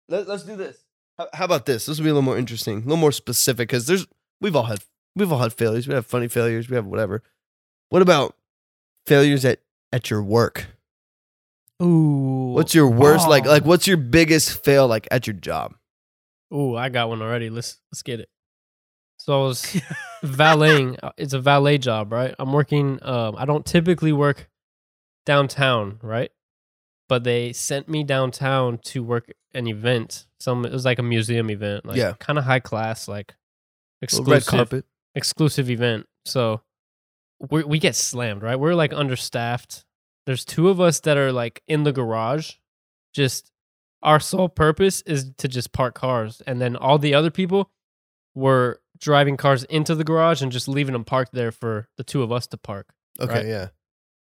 Speaker 2: Let, let's do this. How, how about this? This will be a little more interesting, a little more specific, because there's we've all had we've all had failures. We have funny failures, we have whatever. What about failures at at your work?
Speaker 3: Ooh.
Speaker 2: What's your worst like
Speaker 3: Oh.
Speaker 2: like what's your biggest fail like at your job?
Speaker 1: Ooh, I got one already. Let's let's get it. So I was valeting. uh, It's a valet job, right? I'm working. Um, I don't typically work downtown, right? But they sent me downtown to work an event. Some it was like a museum event, like
Speaker 2: Yeah.
Speaker 1: kind of high class, like
Speaker 2: Little
Speaker 1: exclusive, exclusive event. So we we get slammed, right? We're like understaffed. There's two of us that are like in the garage, just our sole purpose is to just park cars, and then all the other people were driving cars into the garage and just leaving them parked there for the two of us to park.
Speaker 2: Okay,
Speaker 1: Right.
Speaker 2: yeah.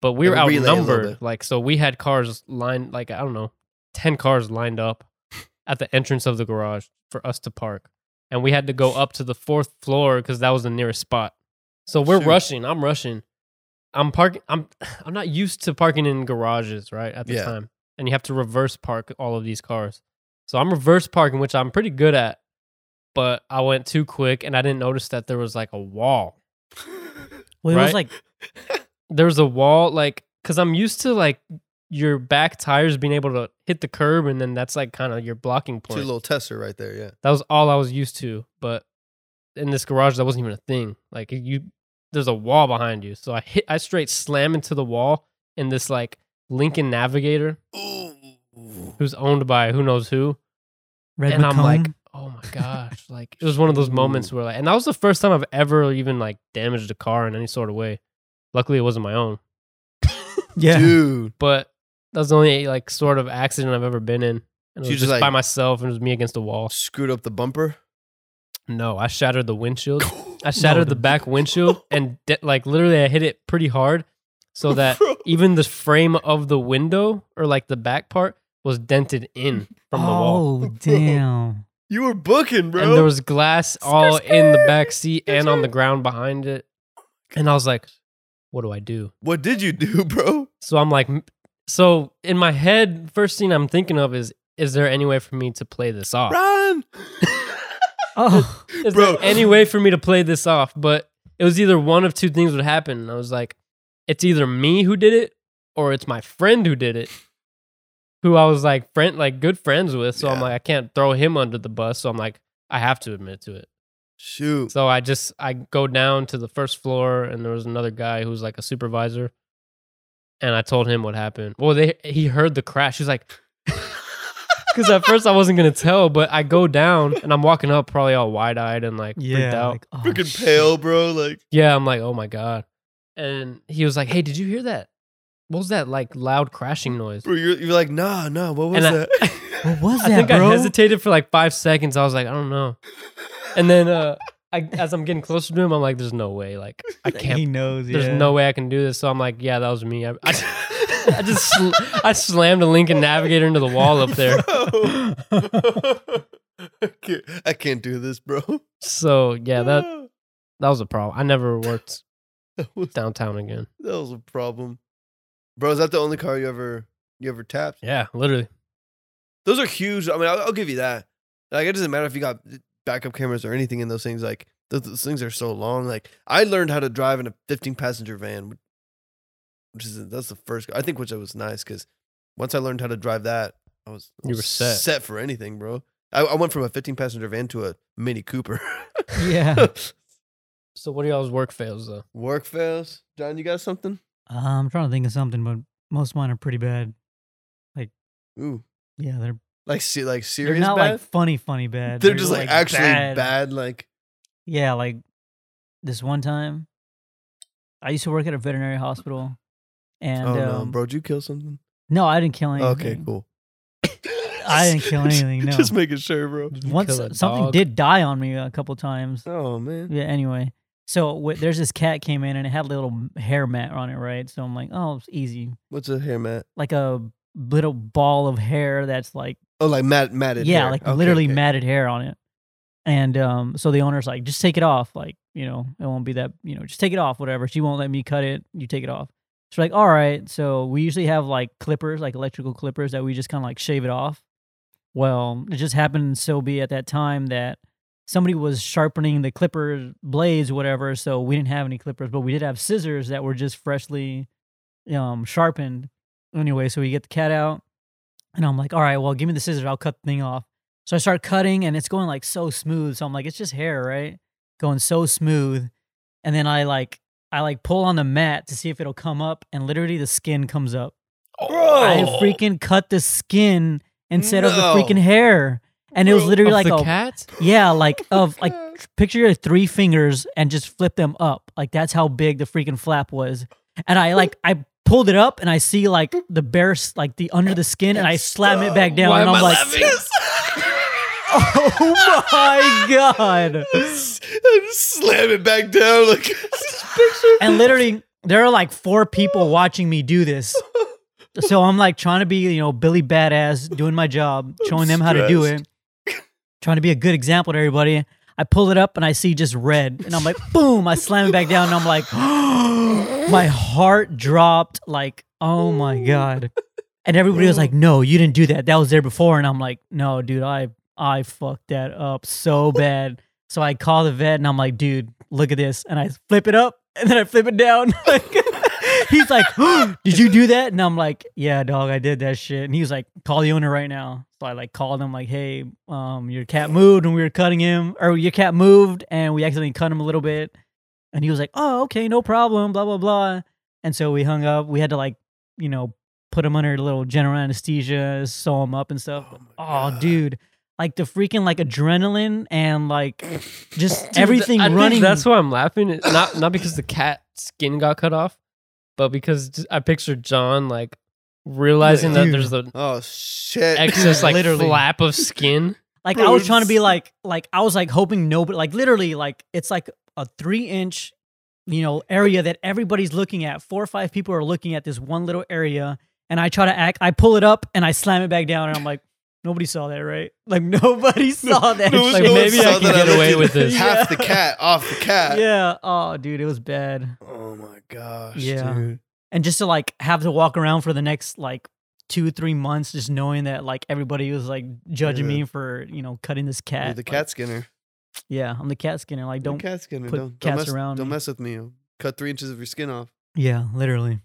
Speaker 1: But we were
Speaker 2: Like a relay a little
Speaker 1: outnumbered,
Speaker 2: bit.
Speaker 1: like so we had cars lined, like I don't know, ten cars lined up at the entrance of the garage for us to park, and we had to go up to the fourth floor because that was the nearest spot. So we're
Speaker 2: Shoot.
Speaker 1: rushing. I'm rushing. I'm parking. I'm I'm not used to parking in garages, right? At the
Speaker 2: Yeah.
Speaker 1: time, and you have to reverse park all of these cars. So I'm reverse parking, which I'm pretty good at, but I went too quick and I didn't notice that there was like a wall.
Speaker 3: Well, it
Speaker 1: right?
Speaker 3: was like
Speaker 1: There was a wall, like, cause I'm used to like your back tires being able to hit the curb, and then that's like kind of your blocking
Speaker 2: Two
Speaker 1: point.
Speaker 2: little tester right there, yeah.
Speaker 1: That was all I was used to. But in this garage, that wasn't even a thing. Like you, there's a wall behind you. So I hit, I straight slam into the wall in this like Lincoln Navigator, who's owned by who knows who.
Speaker 3: red
Speaker 1: and I'm like,
Speaker 3: Macomb.
Speaker 1: oh my gosh, like it was one of those moments where like, and that was the first time I've ever even like damaged a car in any sort of way. Luckily, it wasn't my own,
Speaker 3: yeah.
Speaker 2: Dude.
Speaker 1: but that was the only like sort of accident I've ever been in. And it was
Speaker 2: So you
Speaker 1: just
Speaker 2: just, like-
Speaker 1: by myself, and it was me against the wall.
Speaker 2: Screwed up the bumper.
Speaker 1: No, I shattered the windshield. I shattered the back windshield and de- like literally I hit it pretty hard so that
Speaker 2: Bro.
Speaker 1: even the frame of the window or like the back part was dented in from the wall.
Speaker 3: oh damn!
Speaker 2: You were booking, bro.
Speaker 1: And there was glass all in the back seat and on the ground behind it. And I was like, what do I do?
Speaker 2: what did you do, bro?
Speaker 1: So I'm like, m- so in my head, first thing I'm thinking of is, is there any way for me to play this off?
Speaker 2: Run!
Speaker 3: Oh,
Speaker 1: Is
Speaker 2: Bro.
Speaker 1: there any way for me to play this off? But it was either one of two things would happen. And I was like, it's either me who did it or it's my friend who did it. Who I was like friend like good friends with. So I'm
Speaker 2: Yeah.
Speaker 1: like, I can't throw him under the bus. So I'm like, I have to admit to it.
Speaker 2: Shoot.
Speaker 1: So I just I go down to the first floor and there was another guy who was like a supervisor. And I told him what happened. Well, they he heard the crash. He was like because at first I wasn't gonna tell, but I go down and I'm walking up probably all wide eyed and like freaked
Speaker 3: yeah.
Speaker 1: out.
Speaker 3: like, oh,
Speaker 2: Freaking
Speaker 3: shit.
Speaker 2: pale, bro. Like,
Speaker 1: Yeah, I'm like, oh my god. And he was like, Hey, did you hear that? What was that like loud crashing noise?
Speaker 2: bro, you're, you're like, nah, nah, what was
Speaker 1: And I-
Speaker 2: that?
Speaker 3: What was
Speaker 1: I
Speaker 3: that,
Speaker 1: think
Speaker 3: bro?
Speaker 1: I hesitated for like five seconds. I was like, I don't know. And then uh I, as I'm getting closer to him, I'm like, there's no way. Like I can't
Speaker 3: He knows.
Speaker 1: there's
Speaker 3: yeah.
Speaker 1: no way I can do this. So I'm like, yeah, that was me. I, I, I just sl- I slammed a Lincoln Navigator into the wall up there.
Speaker 2: Bro. I, can't, I can't do this, bro.
Speaker 1: So yeah, that that was a problem. I never worked
Speaker 2: that was
Speaker 1: downtown again.
Speaker 2: that was a problem. Bro, is that the only car you ever you ever tapped?
Speaker 1: Yeah, literally.
Speaker 2: those are huge. I mean, I'll, I'll give you that. Like, it doesn't matter if you got backup cameras or anything in those things. Like, those, those things are so long. Like, I learned how to drive in a 15 passenger van, which is that's the first. I think which was nice because once I learned how to drive that, I was I
Speaker 1: You
Speaker 2: was
Speaker 1: were set.
Speaker 2: for anything, bro. I, I went from a 15 passenger van to a Mini Cooper.
Speaker 3: Yeah.
Speaker 1: So what are y'all's work fails though?
Speaker 2: Work fails, John. You got something?
Speaker 3: Uh, I'm trying to think of something, but most of mine are pretty bad.
Speaker 2: Ooh,
Speaker 3: Yeah, they're
Speaker 2: like see, like
Speaker 3: they're
Speaker 2: serious
Speaker 3: not
Speaker 2: bad.
Speaker 3: like funny, funny bad.
Speaker 2: they're, just like, actually bad. Like,
Speaker 3: Yeah, like this one time, I used to work at a veterinary hospital, and
Speaker 2: oh no,
Speaker 3: um,
Speaker 2: bro, did you kill something?
Speaker 3: no, I didn't kill anything.
Speaker 2: Okay, cool.
Speaker 3: I didn't kill anything, no.
Speaker 2: Just making sure, bro.
Speaker 1: Did you
Speaker 3: Once
Speaker 1: kill a
Speaker 3: something
Speaker 1: dog?
Speaker 3: did die on me a couple times.
Speaker 2: Oh man.
Speaker 3: Yeah. Anyway, so wh- there's this cat came in and it had a little hair mat on it, right? So I'm like, oh, it's easy,
Speaker 2: What's a hair mat?
Speaker 3: like a little ball of hair that's like
Speaker 2: Oh, like mat matted.
Speaker 3: yeah,
Speaker 2: hair.
Speaker 3: like
Speaker 2: Okay,
Speaker 3: literally
Speaker 2: okay.
Speaker 3: matted hair on it. And um, so the owner's like, just take it off. Like, you know, it won't be that, you know, just take it off, whatever. She won't let me cut it. You take it off. So like, all right. So we usually have like clippers, like electrical clippers that we just kind of like shave it off. Well, it just happened so be at that time that somebody was sharpening the clipper blades, whatever. So we didn't have any clippers, but we did have scissors that were just freshly um, sharpened. Anyway, so we get the cat out, and I'm like, all right, well, give me the scissors. I'll cut the thing off. So I start cutting, and it's going like so smooth. So I'm like, it's just hair, right? Going so smooth. And then I like, I like pull on the mat to see if it'll come up, and literally the skin comes up. I
Speaker 1: Oh.
Speaker 2: Bro.
Speaker 3: freaking cut the skin instead of
Speaker 2: No.
Speaker 3: the freaking hair. And it was
Speaker 2: Bro.
Speaker 1: Of
Speaker 3: literally like
Speaker 1: the
Speaker 3: a
Speaker 1: cat?
Speaker 3: yeah, like of like
Speaker 2: God.
Speaker 3: tr- picture your three fingers and just flip them up. Like that's how big the freaking flap was. And I like I pulled it up and I see like the bear s- like the under the skin and I slam it back down
Speaker 1: Why
Speaker 3: and
Speaker 1: am
Speaker 3: I'm
Speaker 1: I
Speaker 3: like
Speaker 1: laughing?
Speaker 3: Oh my god.
Speaker 2: I just slam it back down like
Speaker 3: And literally there are like four people watching me do this. So I'm like trying to be, you know, Billy badass, doing my job, showing them how to do it. Trying to be a good example to everybody. I pull it up and I see just red and I'm like boom, I slam it back down and I'm like
Speaker 2: Oh
Speaker 3: my heart dropped like oh my god and everybody was like no you didn't do that that was there before and i'm like no dude i i fucked that up so bad so i call the vet and i'm like dude look at this and i flip it up and then i flip it down like he's like did you do that and i'm like yeah dog i did that shit and he was like call the owner right now so i like called him like hey um your cat moved and we were cutting him or your cat moved and we accidentally cut him a little bit and he was like, "Oh, okay, no problem." Blah blah blah. And so we hung up. We had to like, you know, put him under a little general anesthesia, sew him up and stuff.
Speaker 2: Oh my
Speaker 3: Oh,
Speaker 2: God.
Speaker 3: dude, like the freaking like adrenaline and like just
Speaker 1: Dude,
Speaker 3: everything
Speaker 1: I think
Speaker 3: running.
Speaker 1: that's why I'm laughing. It's Not not because the cat skin got cut off, but because j- I pictured John like realizing that
Speaker 3: Dude.
Speaker 1: there's the
Speaker 2: Oh shit.
Speaker 1: excess like
Speaker 3: Literally.
Speaker 1: flap of skin.
Speaker 3: like
Speaker 2: Bro,
Speaker 3: I was trying to be
Speaker 2: it's-
Speaker 3: like like I was like hoping nobody like literally like it's like a three inch you know area that everybody's looking at. Four or five people are looking at this one little area. and I try to act. I pull it up and I slam it back down, and I'm like, nobody saw that, right? Like nobody saw that.
Speaker 1: no
Speaker 3: Like,
Speaker 1: one
Speaker 3: maybe
Speaker 1: saw
Speaker 3: I
Speaker 1: that.
Speaker 3: can get
Speaker 1: lifted
Speaker 3: away with this.
Speaker 2: Half the cat off the cat.
Speaker 3: Yeah. Oh, dude, it was bad.
Speaker 2: Oh my gosh.
Speaker 3: Yeah.
Speaker 2: Dude.
Speaker 3: And just to like have to walk around for the next like two, three months, just knowing that like everybody was like judging
Speaker 2: Yeah.
Speaker 3: me for you know cutting this cat.
Speaker 2: You're the
Speaker 3: Like,
Speaker 2: cat skinner.
Speaker 3: yeah, I'm the cat skinner. Like,
Speaker 2: Don't
Speaker 3: don't.
Speaker 2: cat skinner.
Speaker 3: put
Speaker 2: don't,
Speaker 3: cats
Speaker 2: don't mess,
Speaker 3: around
Speaker 2: Don't
Speaker 3: me.
Speaker 2: mess with me. I'll Cut three inches of your skin off,
Speaker 3: Yeah, literally,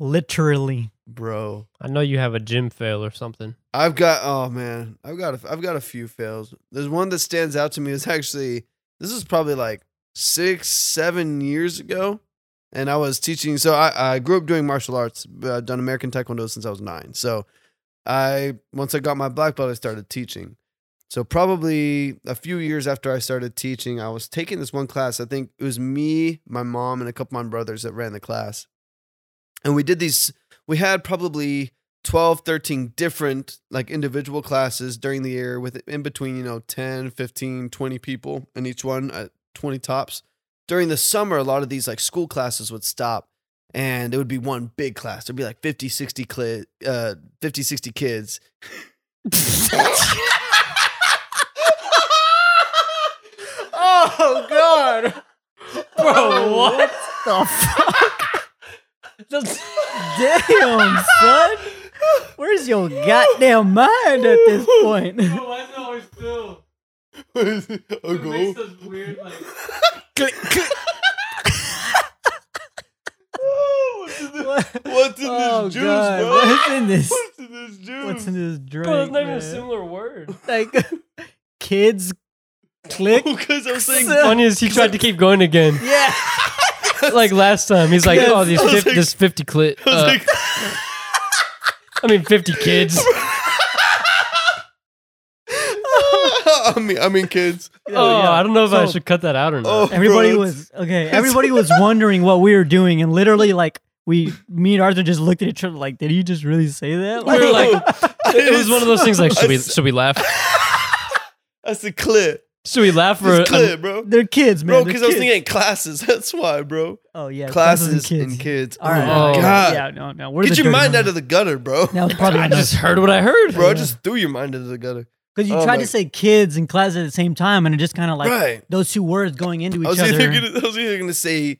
Speaker 3: literally.
Speaker 2: bro.
Speaker 1: I know you have a gym fail or something.
Speaker 2: I've got oh man, I've got a, I've got a few fails. There's one that stands out to me. It's actually this is probably like six seven years ago, and I was teaching. So I, I grew up doing martial arts. but I've done American Taekwondo since I was nine. So I once I got my black belt, I started teaching. So probably a few years after I started teaching, I was taking this one class. I think it was me, my mom, and a couple of my brothers that ran the class, and we did these. We had probably 12 13 different like individual classes during the year with in between you know 10 15 20 people in each one at 20 tops during the summer a lot of these like school classes would stop and it would be one big class there'd be like 50 60 cli- uh 50 60 kids
Speaker 3: Oh God, bro! What the fuck? Damn, son. Where's your goddamn mind at this point?
Speaker 1: Why is it always Phil?
Speaker 2: Uncle.
Speaker 1: those weird like.
Speaker 2: what's in
Speaker 3: oh
Speaker 2: this juice
Speaker 3: God,
Speaker 2: bro?
Speaker 3: what's in this?
Speaker 2: what's in this juice
Speaker 3: What's in this drink?
Speaker 1: Bro, it's not even
Speaker 3: man?
Speaker 1: a similar word.
Speaker 3: like kids click.
Speaker 2: because i'm saying
Speaker 3: Sir.
Speaker 1: Funny is he tried to keep going again,
Speaker 3: Yeah.
Speaker 1: like last time. He's like,
Speaker 3: Yes.
Speaker 1: "Oh, these
Speaker 2: I was
Speaker 1: 50,
Speaker 2: like-
Speaker 1: this fifty clit.
Speaker 2: I was
Speaker 1: uh,
Speaker 2: like,
Speaker 1: I mean, fifty kids.
Speaker 2: I mean, I mean, kids.
Speaker 1: oh, I don't know if I
Speaker 3: So-
Speaker 1: should cut that out or not.
Speaker 2: Oh,
Speaker 3: Everybody
Speaker 2: bro,
Speaker 3: was okay. Everybody was wondering what we were doing, and literally, like, we, me and Arthur just looked at each other, like, did he just really say that?
Speaker 1: We were like,
Speaker 2: I
Speaker 1: it was one of those things. Like, should we
Speaker 2: I s-
Speaker 1: should we laugh?
Speaker 2: That's the clip.
Speaker 1: Should we laugh for?
Speaker 2: It's
Speaker 1: a-
Speaker 2: clip, bro.
Speaker 3: they're kids, man.
Speaker 2: Bro,
Speaker 3: they're
Speaker 2: because I was
Speaker 3: kids.
Speaker 2: thinking classes. That's why, bro.
Speaker 3: oh yeah,
Speaker 2: Classes, and kids.
Speaker 3: All right,
Speaker 2: oh,
Speaker 1: all
Speaker 2: my
Speaker 1: right.
Speaker 2: God.
Speaker 3: yeah, no, no, we're
Speaker 2: Get your mind out of the gutter, bro.
Speaker 3: That was probably
Speaker 1: I just heard what I heard.
Speaker 2: Bro,
Speaker 3: Yeah.
Speaker 2: just threw your mind into the gutter.
Speaker 3: because you
Speaker 2: Oh
Speaker 3: tried
Speaker 2: my-
Speaker 3: to say kids and class at the same time, and it just kind of like
Speaker 2: right.
Speaker 3: those two words going into each
Speaker 2: I was,
Speaker 3: other.
Speaker 2: either gonna, I was either gonna say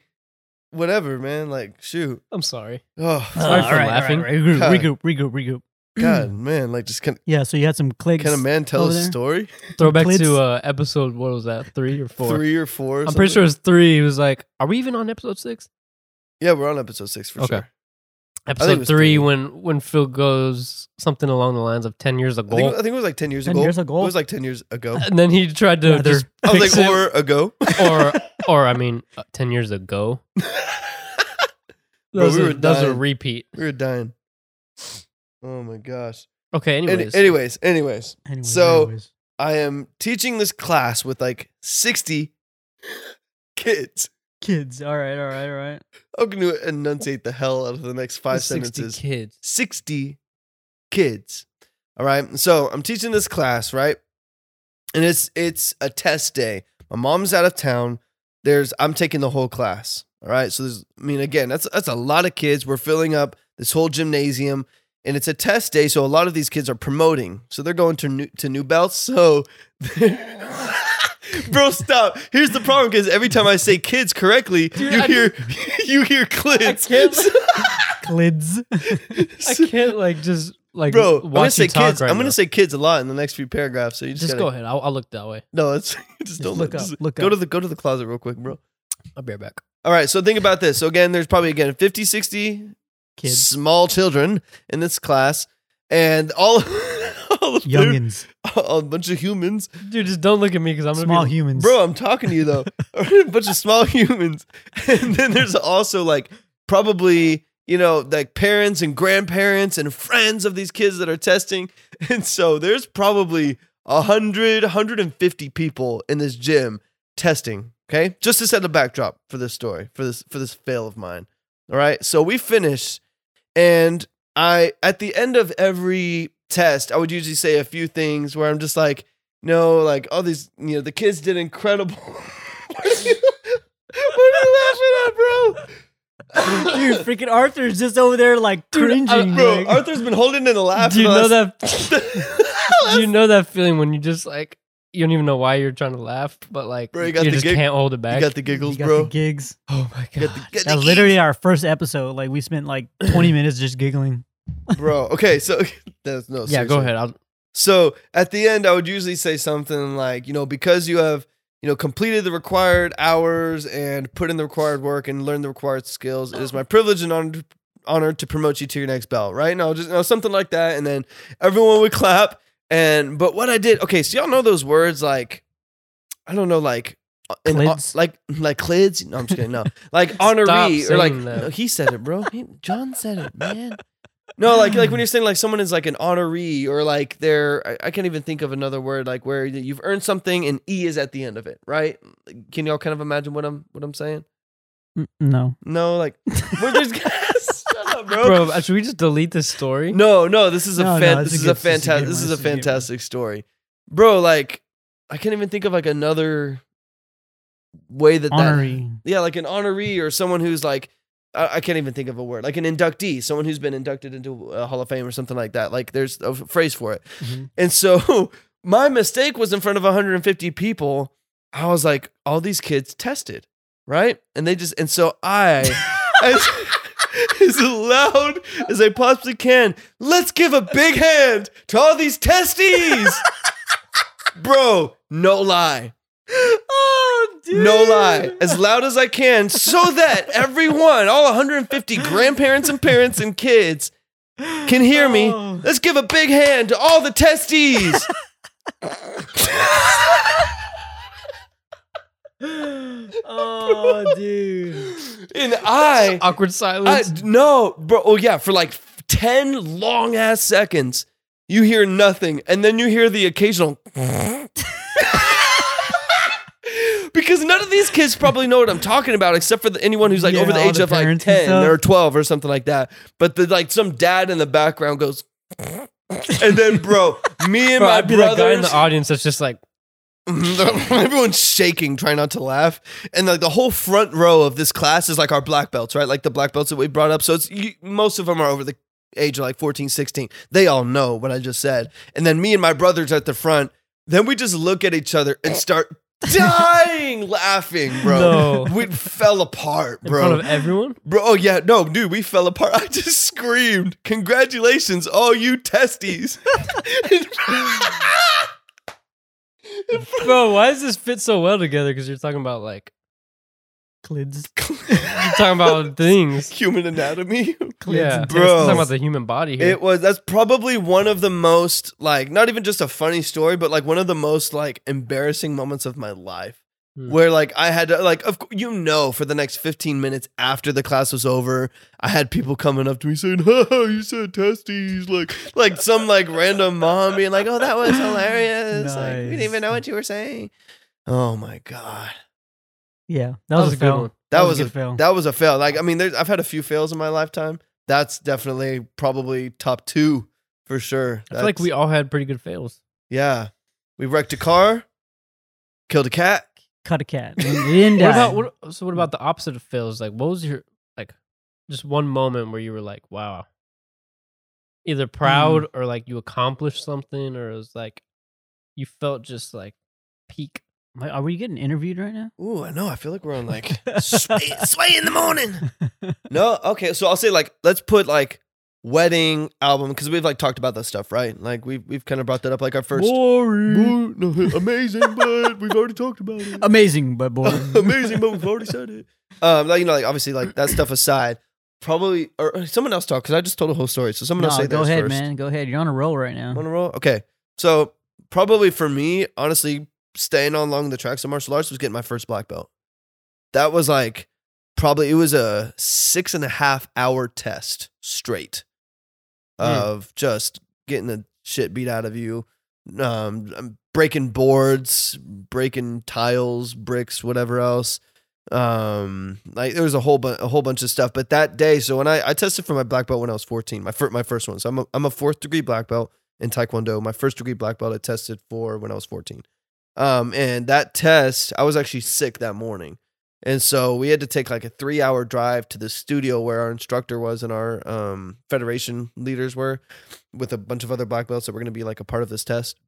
Speaker 2: whatever, man. Like, shoot.
Speaker 1: I'm sorry.
Speaker 2: Oh,
Speaker 3: Uh,
Speaker 1: Sorry for
Speaker 3: all right, all
Speaker 1: laughing.
Speaker 3: right, regroup,
Speaker 2: God.
Speaker 3: regroup, regroup, regroup.
Speaker 2: God, man. Like, just can,
Speaker 3: Yeah, so you had some clicks.
Speaker 2: can a man tell
Speaker 3: over
Speaker 2: a
Speaker 3: there.
Speaker 2: story?
Speaker 1: Throw back
Speaker 3: Clits.
Speaker 1: to uh, episode. What was that? Three or four?
Speaker 2: Three or 4 or
Speaker 1: I'm pretty
Speaker 2: something?
Speaker 1: sure it was three. He was like, "Are we even on episode six?
Speaker 2: Yeah, we're on episode six for
Speaker 1: Okay.
Speaker 2: sure. it
Speaker 1: Episode
Speaker 2: was
Speaker 1: three,
Speaker 2: three.
Speaker 1: when when Phil goes something along the lines of ten years
Speaker 2: I think, I
Speaker 1: ago,
Speaker 2: think it was like 10 years
Speaker 3: 10
Speaker 2: ago.
Speaker 3: years ago?
Speaker 2: It was like 10 years ago.
Speaker 1: and then he tried to
Speaker 3: Rather-
Speaker 1: just
Speaker 2: I was
Speaker 1: fix
Speaker 2: like, or ago.
Speaker 1: it, or or I mean, uh, ten years ago.
Speaker 2: Bro,
Speaker 1: Those
Speaker 2: we
Speaker 1: are
Speaker 2: were
Speaker 1: those are
Speaker 2: dying.
Speaker 1: repeat.
Speaker 2: We were dying. Oh my gosh.
Speaker 1: Okay,
Speaker 2: Any-
Speaker 1: anyways,
Speaker 2: anyways, anyways,
Speaker 3: Anyways,
Speaker 2: So-
Speaker 3: anyways.
Speaker 2: I am teaching this class with like 60 kids.
Speaker 3: kids. All right, all right, all right.
Speaker 2: I'm going to enunciate the hell out of the next five sentences.
Speaker 1: kids.
Speaker 2: 60 kids. All right. So I'm teaching this class, right? And it's it's a test day. My mom's out of town. There's I'm taking the whole class. All right. So there's I mean, again, that's that's a lot of kids. We're filling up this whole gymnasium. And it's a test day, so a lot of these kids are promoting. So they're going to new to new belts. So Bro, stop. Here's the problem because every time I say kids correctly, you
Speaker 1: I-
Speaker 2: hear you hear clits.
Speaker 1: can't-
Speaker 3: Kids.
Speaker 1: I can't like just like
Speaker 2: bro.
Speaker 1: watch
Speaker 2: I'm gonna
Speaker 1: you
Speaker 2: say
Speaker 1: talk
Speaker 2: kids.
Speaker 1: right
Speaker 2: I'm gonna
Speaker 1: now.
Speaker 2: say kids a lot in the next few paragraphs. So you just,
Speaker 1: just
Speaker 2: gotta,
Speaker 1: go ahead. I'll, I'll look that way.
Speaker 2: No, it's just, don't
Speaker 3: look
Speaker 2: look
Speaker 3: up,
Speaker 2: Just
Speaker 3: look
Speaker 2: go
Speaker 3: up.
Speaker 2: to the go to the closet real quick, bro.
Speaker 1: I'll be right back.
Speaker 2: All right. So think about this. So again, there's probably again 50, 60
Speaker 3: Kids.
Speaker 2: small children in this class, and all all of them,
Speaker 3: Youngins.
Speaker 2: a bunch of humans.
Speaker 1: Dude, just don't look at me because I'm gonna
Speaker 3: Small
Speaker 1: be.
Speaker 3: humans.
Speaker 2: Bro, I'm talking to you though. a bunch of small humans, and then there's also like probably you know like parents and grandparents and friends of these kids that are testing, and so there's probably 100, 150 people in this gym testing. Okay, just to set the backdrop for this story, for this for this fail of mine. All right, so we finish, and I at the end of every test, I would usually say a few things where I'm just like, no, like all these, you know, the kids did incredible. what, are you, what are you laughing at, bro? Uh,
Speaker 3: Dude, freaking Arthur's just over there like
Speaker 1: Dude, I-
Speaker 3: cringing.
Speaker 2: Bro,
Speaker 3: like-
Speaker 2: Arthur's been holding in a laugh.
Speaker 1: do you
Speaker 2: for
Speaker 1: know
Speaker 2: the last-
Speaker 1: that? do you know that feeling when you just like you don't even know why you're trying to laugh, but like
Speaker 2: Bro, you
Speaker 1: you,
Speaker 2: got the
Speaker 1: just
Speaker 2: gig-
Speaker 1: can't hold it
Speaker 2: You
Speaker 1: back.
Speaker 2: got the
Speaker 3: We
Speaker 2: giggles,
Speaker 3: got
Speaker 2: bro.
Speaker 3: the gigs.
Speaker 1: oh my
Speaker 2: You
Speaker 1: god!
Speaker 2: got the- get the
Speaker 3: That was literally our first episode. Like we spent like 20 minutes just giggling.
Speaker 2: giggles, bro. Okay, so that's no.
Speaker 1: yeah, go
Speaker 2: seriously.
Speaker 1: ahead. I'll,
Speaker 2: So at the end, I would usually say something like, you know, because you have, you know, completed the required hours and put in the required work and learned the required skills, it is my privilege and honor, honor to promote you to your next belt, right? Now, just you know, something like that, and then everyone would clap. And but what I did, okay, so y'all know those words like, I don't know, like. uh, in-
Speaker 3: Clids?
Speaker 2: like like clids? No, I'm just kidding. No, like honoree or
Speaker 1: saying
Speaker 2: like
Speaker 1: that.
Speaker 2: no, he said it, bro. He- John said it, man. No, like like when you're saying like someone is like an honoree or like they're I, I can't even think of another word like where you've earned something and e is at the end of it, right? Can y'all kind of imagine what I'm what I'm saying?
Speaker 3: N- No.
Speaker 2: No, like we're just shut up, bro.
Speaker 1: bro, should we just delete this story?
Speaker 2: No, no, this is a
Speaker 3: No,
Speaker 2: fan-
Speaker 3: no,
Speaker 2: this
Speaker 3: it's a
Speaker 2: is
Speaker 3: good-
Speaker 2: a
Speaker 3: it's a good
Speaker 2: fantastic
Speaker 3: one,
Speaker 2: this is
Speaker 3: it's
Speaker 2: a
Speaker 3: a good one.
Speaker 2: fantastic story, bro. Like I can't even think of like another way that that
Speaker 3: Honorary.
Speaker 2: yeah, like an honoree or someone who's like, I, I can't even think of a word, like an inductee, someone who's been inducted into a Hall of Fame or something like that. Like there's a phrase for it.
Speaker 3: Mhm.
Speaker 2: And so my mistake was in front of 150 people. I was like, all these kids tested, right? And they just, and so I, as, as loud as I possibly can, let's give a big hand to all these testes. Bro, no lie.
Speaker 3: Oh, dude.
Speaker 2: No lie, as loud as I can, so that everyone, all 150 grandparents and parents and kids, can hear me.
Speaker 3: Oh.
Speaker 2: Let's give a big hand to all the testes.
Speaker 3: oh, dude.
Speaker 2: and I,
Speaker 1: Awkward
Speaker 2: I,
Speaker 1: silence.
Speaker 2: Uh, no, bro. Oh, yeah, for like 10 long ass seconds, you hear nothing. And then you hear the occasional. Because none of these kids probably know what I'm talking about, except for the, anyone who's like
Speaker 3: Yeah,
Speaker 2: over the
Speaker 3: all
Speaker 2: age
Speaker 3: the
Speaker 2: of like
Speaker 3: parents and
Speaker 2: 10
Speaker 3: stuff.
Speaker 2: or 12 or something like that. But the, like some dad in the background goes, and then bro, me and
Speaker 1: bro,
Speaker 2: my
Speaker 1: I'd be that guy in
Speaker 2: brothers,
Speaker 1: the audience that's just like,
Speaker 2: Mm-hmm. everyone's shaking, trying not to laugh, and like the whole front row of this class is like our black belts, right? Like the black belts that we brought up. So it's you, most of them are over the age of like 14, 16. They all know what I just said, and then me and my brothers at the front. Then we just look at each other and start dying laughing, bro.
Speaker 1: no,
Speaker 2: We fell apart,
Speaker 1: in
Speaker 2: bro.
Speaker 1: front of everyone.
Speaker 2: Bro, oh yeah, no, dude, we fell apart. I just screamed, "Congratulations, all you testes!"
Speaker 1: Bro, why does this fit so well together? Because you're talking about like
Speaker 3: Clids.
Speaker 1: you're talking about things.
Speaker 2: Human anatomy,
Speaker 3: Clids.
Speaker 1: Yeah,
Speaker 3: and
Speaker 2: Bro.
Speaker 1: We're talking about the human body here.
Speaker 2: It was that's probably one of the most like not even just a funny story, but like one of the most like embarrassing moments of my life.
Speaker 1: Hmm.
Speaker 2: Where like I had to like of cou- you know for the next 15 minutes after the class was over, I had people coming up to me saying, "Oh, you said testes." Like like some like random mom being like, "Oh, that was hilarious." Like, we didn't even
Speaker 3: Nice.
Speaker 2: know what you were saying. Oh my god.
Speaker 3: Yeah, that was, a good one.
Speaker 2: That, was,
Speaker 3: good
Speaker 2: a
Speaker 3: fail.
Speaker 2: that was a fail. Like I mean, there's I've had a few fails in my lifetime. That's definitely probably top 2 for sure.
Speaker 1: I feel like
Speaker 2: That's-
Speaker 1: we all had pretty good fails.
Speaker 2: Yeah. We wrecked a car, killed a cat.
Speaker 3: Cut a cat. It
Speaker 1: What
Speaker 3: didn't die.
Speaker 1: about what, so? What about the opposite of fails? Like, what was your like, just one moment where you were like, "Wow," either proud
Speaker 2: Mm.
Speaker 1: or like you accomplished something, or it was like you felt just like peak.
Speaker 3: Wait, Are we getting interviewed right now?
Speaker 2: Ooh, I know. I feel like we're on like sway, sway in the morning. No, okay. So I'll say like let's put like wedding album because we've like talked about that stuff, right? Like we've we've kind of brought that up like our first.
Speaker 3: Boring.
Speaker 2: Ooh, no, amazing, but we've already talked about it.
Speaker 3: Amazing, but boring.
Speaker 2: amazing, but we've already said it. Um, like you know, like obviously, like that stuff aside, probably or or someone else talk because I just told a whole story. So someone
Speaker 3: No,
Speaker 2: else say
Speaker 3: go
Speaker 2: theirs
Speaker 3: ahead,
Speaker 2: first.
Speaker 3: man. Go ahead. You're on a roll right
Speaker 2: I'm on
Speaker 3: now.
Speaker 2: a roll. Okay, so probably for me, honestly, staying on along the tracks of martial arts was getting my first black belt. That was like probably it was a six and a half hour test straight of just getting the shit beat out of you, um, um, breaking boards, breaking tiles, bricks, whatever else. Um, like there was a whole bunch, a whole bunch of stuff. But that day, so when I, I tested for my black belt when I was fourteen, my first my first one. So I'm a, I'm a fourth degree black belt in Taekwondo. My first degree black belt I tested for when I was fourteen. Um, and that test, I was actually sick that morning. And so we had to take like a three hour drive to the studio where our instructor was and our um, federation leaders were with a bunch of other black belts that were going to be like a part of this test.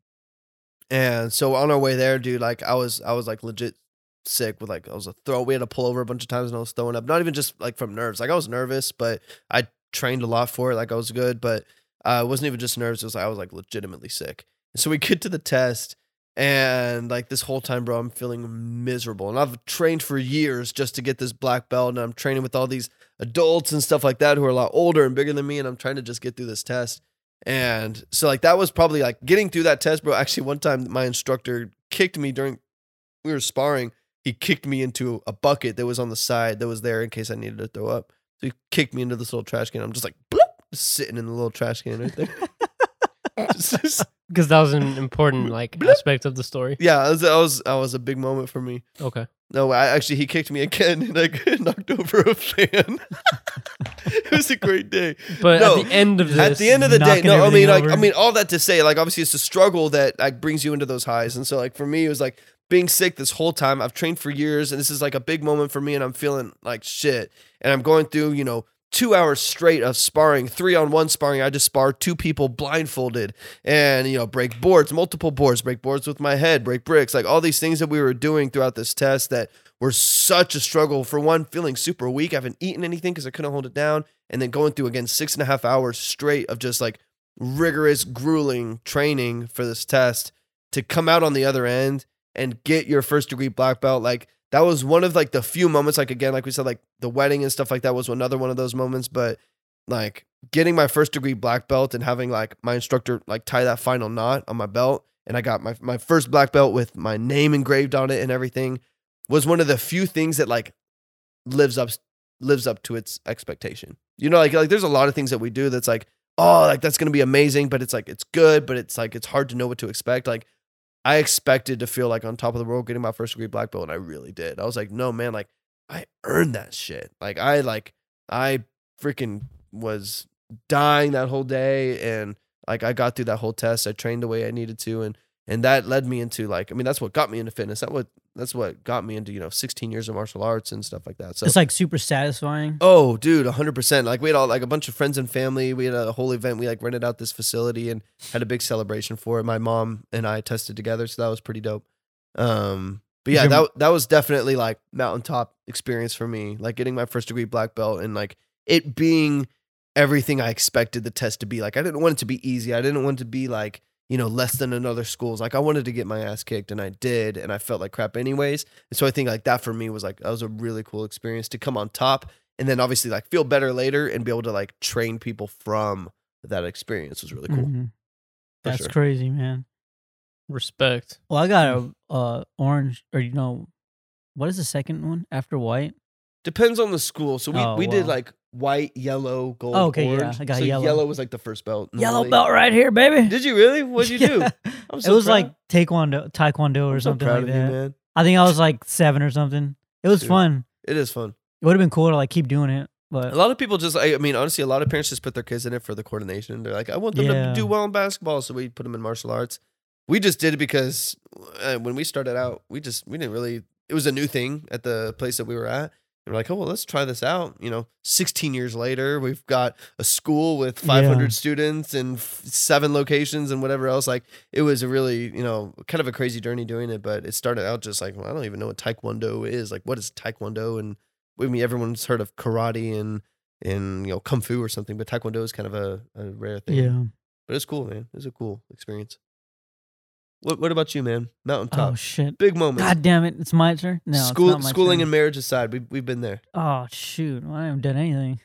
Speaker 2: And so on our way there, dude, like I was, I was like legit sick with like, I was a throw. We had to pull over a bunch of times and I was throwing up, not even just like from nerves. Like I was nervous, but I trained a lot for it. Like I was good, but uh, it wasn't even just nerves. It was like, I was like legitimately sick. And so we get to the test and like this whole time, bro, I'm feeling miserable. And I've trained for years just to get this black belt. And I'm training with all these adults and stuff like that who are a lot older and bigger than me. And I'm trying to just get through this test. And so, like, that was probably like getting through that test, bro. Actually, one time my instructor kicked me during, we were sparring. He kicked me into a bucket that was on the side that was there in case I needed to throw up. So he kicked me into this little trash can. I'm just like, bloop, just sitting in the little trash can right there. Just- just-
Speaker 1: Because that was an important like
Speaker 2: Bloop.
Speaker 1: aspect of the story.
Speaker 2: yeah, that was, that was that was a big moment for me.
Speaker 1: Okay.
Speaker 2: No, I actually he kicked me again and I got knocked over a fan. it was a great day.
Speaker 1: But
Speaker 2: No,
Speaker 1: at the end of this,
Speaker 2: At the end of the day,
Speaker 3: knocking
Speaker 2: no, I mean
Speaker 3: everything
Speaker 2: like I
Speaker 3: over.
Speaker 2: mean all that to say, like obviously it's the struggle that like brings you into those highs. And so like for me it was like being sick this whole time. I've trained for years and this is like a big moment for me and I'm feeling like shit. And I'm going through, you know, two hours straight of sparring, three on one sparring. I just sparred two people blindfolded and, you know, break boards, multiple boards, break boards with my head, break bricks, like all these things that we were doing throughout this test that were such a struggle. For one, feeling super weak. I haven't eaten anything because I couldn't hold it down. And then going through again six and a half hours straight of just like rigorous, grueling training for this test to come out on the other end and get your first degree black belt. Like that was one of like the few moments, like again, like we said, like the wedding and stuff like that was another one of those moments. But like getting my first degree black belt and having like my instructor like tie that final knot on my belt. And I got my, my first black belt with my name engraved on it and everything was one of the few things that like lives up lives up to its expectation. You know, like like there's a lot of things that we do that's like, oh, like that's gonna be amazing, but it's like it's good, but it's like it's hard to know what to expect. Like I expected to feel like on top of the world getting my first degree black belt, and I really did. I was like, no man, like I earned that shit. Like I like I freaking was dying that whole day, and like I got through that whole test. I trained the way I needed to, and and that led me into like I mean that's what got me into fitness. That what that's what got me into you know 16 years of martial arts and stuff like that. So
Speaker 3: It's like super satisfying.
Speaker 2: Oh, dude, 100%. Like, we had all, like, a bunch of friends and family. We had a whole event. We, like, rented out this facility and had a big celebration for it. My mom and I tested together, so that was pretty dope. Um, but yeah, that, that was definitely, like, mountaintop experience for me. Like, getting my first degree black belt and, like, it being everything I expected the test to be. Like, I didn't want it to be easy. I didn't want it to be, like, you know, less than in other schools. Like, I wanted to get my ass kicked, and I did, and I felt like crap anyways. And so I think, like, that for me was, like, that was a really cool experience to come on top and then obviously like feel better later and be able to like train people from that experience was really cool.
Speaker 3: Mhm.
Speaker 2: For
Speaker 3: That's
Speaker 2: sure.
Speaker 3: crazy, man.
Speaker 1: Respect.
Speaker 3: Well, I got a uh, orange, or you know, what is the second one after white?
Speaker 2: Depends on the school. So we,
Speaker 3: Oh,
Speaker 2: we did
Speaker 3: wow.
Speaker 2: like white, yellow, gold,
Speaker 3: Oh, okay, yeah,
Speaker 2: orange.
Speaker 3: I got
Speaker 2: so
Speaker 3: yellow.
Speaker 2: was like the first belt.
Speaker 3: Yellow
Speaker 2: normally.
Speaker 3: belt right here, baby.
Speaker 2: Did you really? What'd you do?
Speaker 3: Yeah.
Speaker 2: I'm
Speaker 3: it was
Speaker 2: proud.
Speaker 3: like taekwondo, taekwondo or
Speaker 2: I'm so
Speaker 3: something
Speaker 2: proud
Speaker 3: like
Speaker 2: of you,
Speaker 3: that.
Speaker 2: man.
Speaker 3: I think I was like seven or something. It was
Speaker 2: Dude.
Speaker 3: fun.
Speaker 2: It is fun.
Speaker 3: It would have been cool to like keep doing it,
Speaker 2: A
Speaker 3: but
Speaker 2: lot of people just, I, I mean, honestly, a lot of parents just put their kids in it for the coordination. They're like, I want them to
Speaker 3: Yeah.
Speaker 2: do well in basketball, so we put them in martial arts. We just did it because uh, when we started out, we just we didn't really. It was a new thing at the place that we were at. And we're like, oh well, let's try this out. You know, 16 years later, we've got a school with 500
Speaker 3: Yeah.
Speaker 2: students and f- seven locations and whatever else. Like, it was a really you know kind of a crazy journey doing it. But it started out just like, well, I don't even know what Taekwondo is. Like, what is Taekwondo? And I mean, everyone's heard of karate and and you know kung fu or something, but Taekwondo is kind of a, a rare thing.
Speaker 3: yeah.
Speaker 2: But it's cool, man. It's a cool experience. What What about you, man?
Speaker 3: Oh
Speaker 2: Mountaintop,
Speaker 3: shit!
Speaker 2: big moment.
Speaker 3: God damn it! It's my turn. No, it's
Speaker 2: School,
Speaker 3: not my
Speaker 2: schooling and
Speaker 3: turn.
Speaker 2: marriage aside, we we've been there.
Speaker 3: oh shoot! Well, I haven't done anything.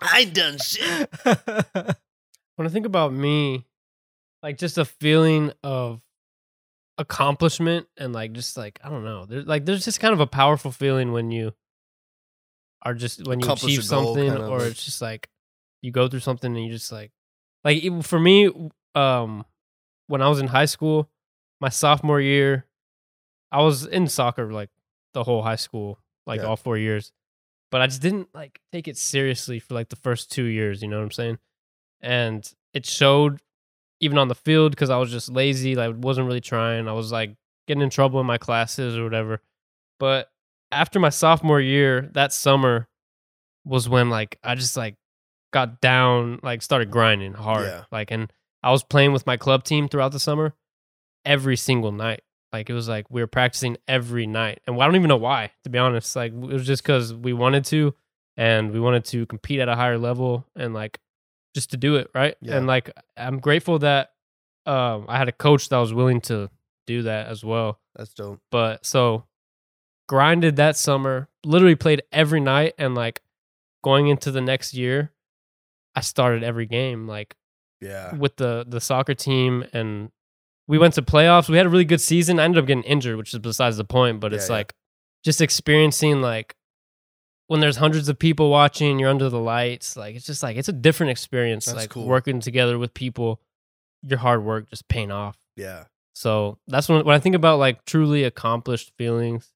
Speaker 2: I done shit.
Speaker 1: When I think about me, like just a feeling of accomplishment and like just like I don't know, there's like there's just kind of a powerful feeling when you are just when you
Speaker 2: Accomplish
Speaker 1: achieve
Speaker 2: a goal,
Speaker 1: something,
Speaker 2: kind of.
Speaker 1: or it's just like you go through something and you just like like it, for me, um, when I was in high school, my sophomore year, I was in soccer like the whole high school, like
Speaker 2: Yeah.
Speaker 1: all four years. But I just didn't like take it seriously for like the first two years, you know what I'm saying? And it showed even on the field because I was just lazy, like wasn't really trying. I was like getting in trouble in my classes or whatever. But after my sophomore year, that summer was when like I just like got down, like started grinding hard.
Speaker 2: Yeah.
Speaker 1: Like and I was playing with my club team throughout the summer every single night. Like it was like we were practicing every night. And I don't even know why, to be honest. Like it was just cuz we wanted to and we wanted to compete at a higher level and like just to do it, right?
Speaker 2: Yeah.
Speaker 1: And like I'm grateful that um I had a coach that was willing to do that as well.
Speaker 2: That's dope.
Speaker 1: But so grinded that summer, literally played every night and like going into the next year, I started every game like
Speaker 2: Yeah.
Speaker 1: with the the soccer team and we went to playoffs. We had a really good season. I ended up getting injured, which is besides the point, but
Speaker 2: Yeah,
Speaker 1: it's
Speaker 2: yeah.
Speaker 1: like just experiencing like when there's hundreds of people watching, you're under the lights, like it's just like it's a different experience
Speaker 2: That's
Speaker 1: like
Speaker 2: cool.
Speaker 1: working together with people. Your hard work just paying off.
Speaker 2: Yeah.
Speaker 1: So that's when when I think about like truly accomplished feelings,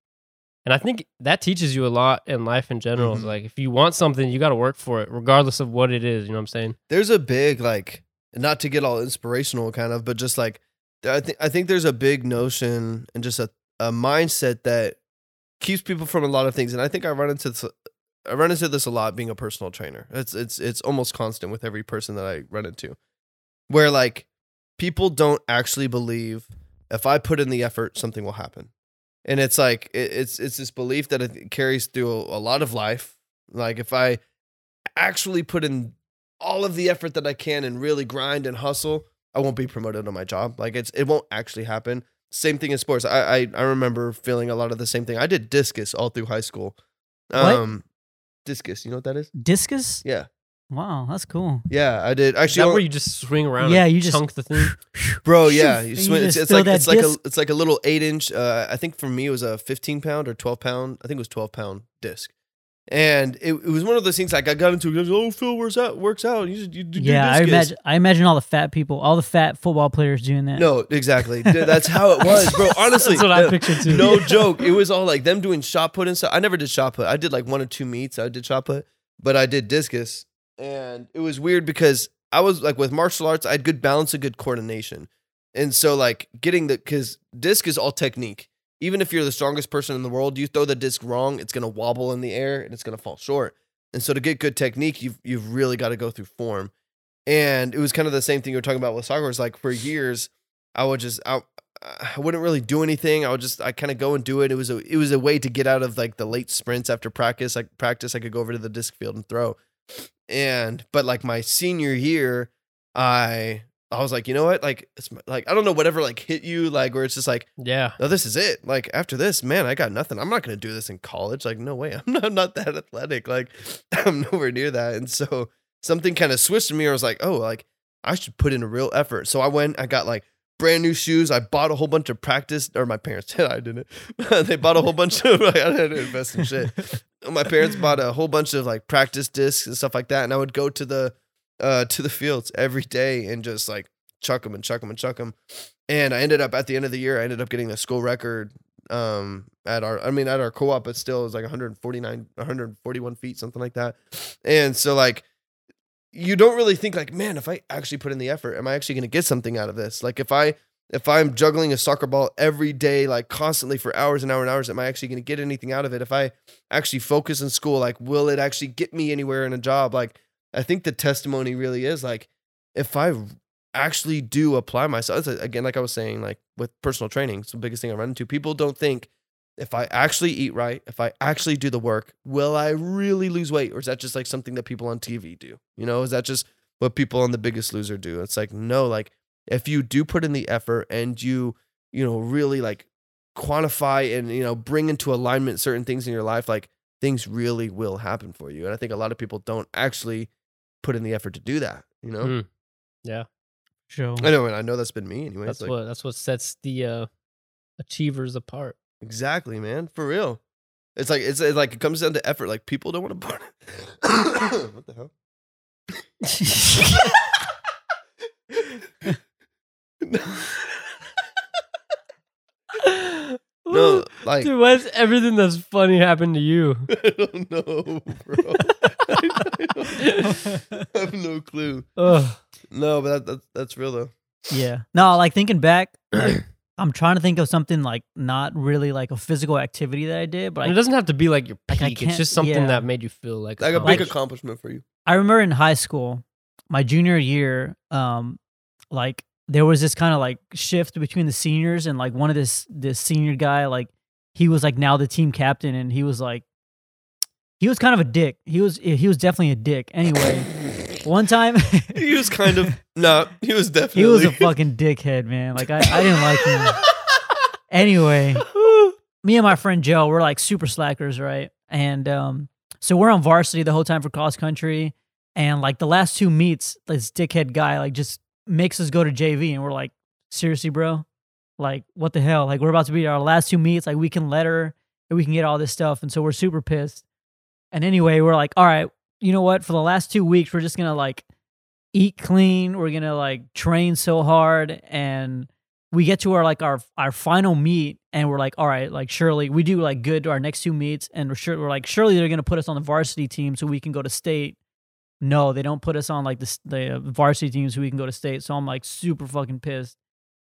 Speaker 1: and I think that teaches you a lot in life in general.
Speaker 2: Mhm.
Speaker 1: Like if you want something, you got to work for it, regardless of what it is. You know what I'm saying?
Speaker 2: There's a big like not to get all inspirational kind of, but just like there- I think I think there's a big notion and just a, a mindset that keeps people from a lot of things. And I think I run into this I run into this a lot being a personal trainer. It's it's it's almost constant with every person that I run into. Where like people don't actually believe if I put in the effort, something will happen. And it's like it, it's it's this belief that it carries through a, a lot of life. Like if I actually put in all of the effort that I can and really grind and hustle, I won't be promoted on my job. Like it's it won't actually happen. Same thing in sports. I I, I remember feeling a lot of the same thing. I did discus all through high school. Um,
Speaker 3: What?
Speaker 2: discus, you know what that is?
Speaker 3: Discus?
Speaker 2: Yeah.
Speaker 3: Wow, that's cool.
Speaker 2: Yeah, I did.
Speaker 1: Is that
Speaker 2: Actually, oh,
Speaker 1: where you just swing around?
Speaker 3: Yeah,
Speaker 1: and
Speaker 3: you just-
Speaker 1: chunk the thing.
Speaker 2: bro, yeah, you
Speaker 3: And you
Speaker 2: swing, it's,
Speaker 3: just
Speaker 2: it's
Speaker 3: throw
Speaker 2: like
Speaker 3: that
Speaker 2: it's like a
Speaker 3: disc-
Speaker 2: it's like a little eight inch. Uh, I think for me it was a fifteen pound or twelve pound. I think it was twelve pound disc, and it, it was one of those things. Like I got into, it, oh Phil, works out, works out. You, should- you, do
Speaker 3: yeah, I
Speaker 2: discus.
Speaker 3: imagine. I imagine all the fat people, all the fat football players doing that.
Speaker 2: No, exactly. D- That's how it was, bro. Honestly,
Speaker 1: That's what I
Speaker 2: uh,
Speaker 1: pictured too.
Speaker 2: No joke. It was all like them doing shot put and stuff. I never did shot put. I did like one or two meets. I did shot put, but I did discus, and it was weird because I was like with martial arts, I had good balance and good coordination, and so like getting the because disc is all technique. Even if you're the strongest person in the world, you throw the disc wrong, it's gonna wobble in the air and it's gonna fall short. And so to get good technique, you've you've really got to go through form. And it was kind of the same thing you were talking about with soccer. Is like for years, I would just I, I wouldn't really do anything. I would just I kind of go and do it. It was a it was a way to get out of like the late sprints after practice. Like practice, I could go over to the disc field and throw. And but like my senior year, I I was like, you know what? Like it's my- like I don't know whatever like hit you like where it's just like
Speaker 1: Yeah,
Speaker 2: no, this is it. Like after this, man, I got nothing. I'm not gonna do this in college. Like, no way. I'm not, I'm not that athletic. Like, I'm nowhere near that. And so something kind of switched in me. I was like, oh, like I should put in a real effort. So I went. I got like brand new shoes. I bought a whole bunch of practice, or my parents did. I didn't. they bought a whole bunch of. Like, I had to invest in shit. My parents bought a whole bunch of like practice discs and stuff like that. And I would go to the uh to the fields every day and just like chuck them and chuck them and chuck them. And I ended up at the end of the year, I ended up getting a school record um at our I mean at our co-op, but still it was like 149, 141 feet, something like that. And so like you don't really think like, man, if I actually put in the effort, am I actually gonna get something out of this? Like if I if I'm juggling a soccer ball every day, like constantly for hours and hours and hours, am I actually gonna get anything out of it? If I actually focus in school, like will it actually get me anywhere in a job? Like I think the testimony really is like if I actually do apply myself. That's, Again, like I was saying, like with personal training, it's the biggest thing I run into. People don't think if I actually eat right, if I actually do the work, will I really lose weight? Or is that just like something that people on TV do? You know, is that just what people on The Biggest Loser do? It's like, no, like if you do put in the effort and you, you know, really like quantify and, you know, bring into alignment certain things in your life, like things really will happen for you. And I think a lot of people don't actually put in the effort to do that, you know?
Speaker 1: Mm.
Speaker 3: Sure.
Speaker 2: I know, and I know that's been me anyway.
Speaker 1: that's what that's what sets the uh, achievers apart.
Speaker 2: exactly, man. For real. It's like it's, it's like it comes down to effort. Like people don't want to burn it. what the hell? No, like
Speaker 1: Dude, why does everything that's funny happen to you?
Speaker 2: I don't know, bro. I, don't- I have no clue.
Speaker 1: Ugh.
Speaker 2: No, but that, that, that's real though.
Speaker 3: yeah. No, like thinking back, like, I'm trying to think of something like not really like a physical activity that I did, but
Speaker 1: And it
Speaker 3: I,
Speaker 1: doesn't have to be like your
Speaker 3: Like, I
Speaker 1: peak.
Speaker 3: can't-
Speaker 1: it's just something
Speaker 3: yeah.
Speaker 1: that made you feel like
Speaker 2: Like a
Speaker 1: accomplished.
Speaker 2: big accomplishment for you.
Speaker 3: I remember in high school, my junior year, um, like there was this kind of like shift between the seniors and like one of this this senior guy, like he was like now the team captain and he was like he was kind of a dick. He was he was definitely a dick. Anyway, one time
Speaker 2: he was kind of no. He was definitely.
Speaker 3: he was a fucking dickhead, man. Like I, I didn't like him. Anyway, me and my friend Joe, we're like super slackers, right? And um, so we're on varsity the whole time for cross country. And like the last two meets, this dickhead guy like just makes us go to JV, and we're like, seriously, bro, like what the hell? Like we're about to be at our last two meets, like we can let her, and we can get all this stuff, and so we're super pissed. And anyway, we're like, all right, you know what? For the last two weeks, we're just gonna like eat clean. We're gonna like train so hard and we get to our like our our final meet and we're like all right like surely we do like good to our next two meets and we're sure we're like surely they're gonna put us on the varsity team so we can go to state no they don't put us on like the, s- the uh, varsity team so we can go to state so i'm like super fucking pissed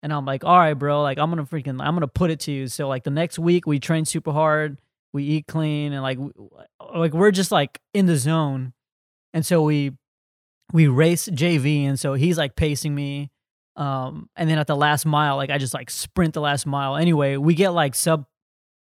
Speaker 3: and i'm like all right bro like i'm gonna freaking i'm gonna put it to you so like the next week we train super hard we eat clean and like w- like we're just like in the zone and so we we race jv and so he's like pacing me um, and then at the last mile, like I just like sprint the last mile. Anyway, we get like sub,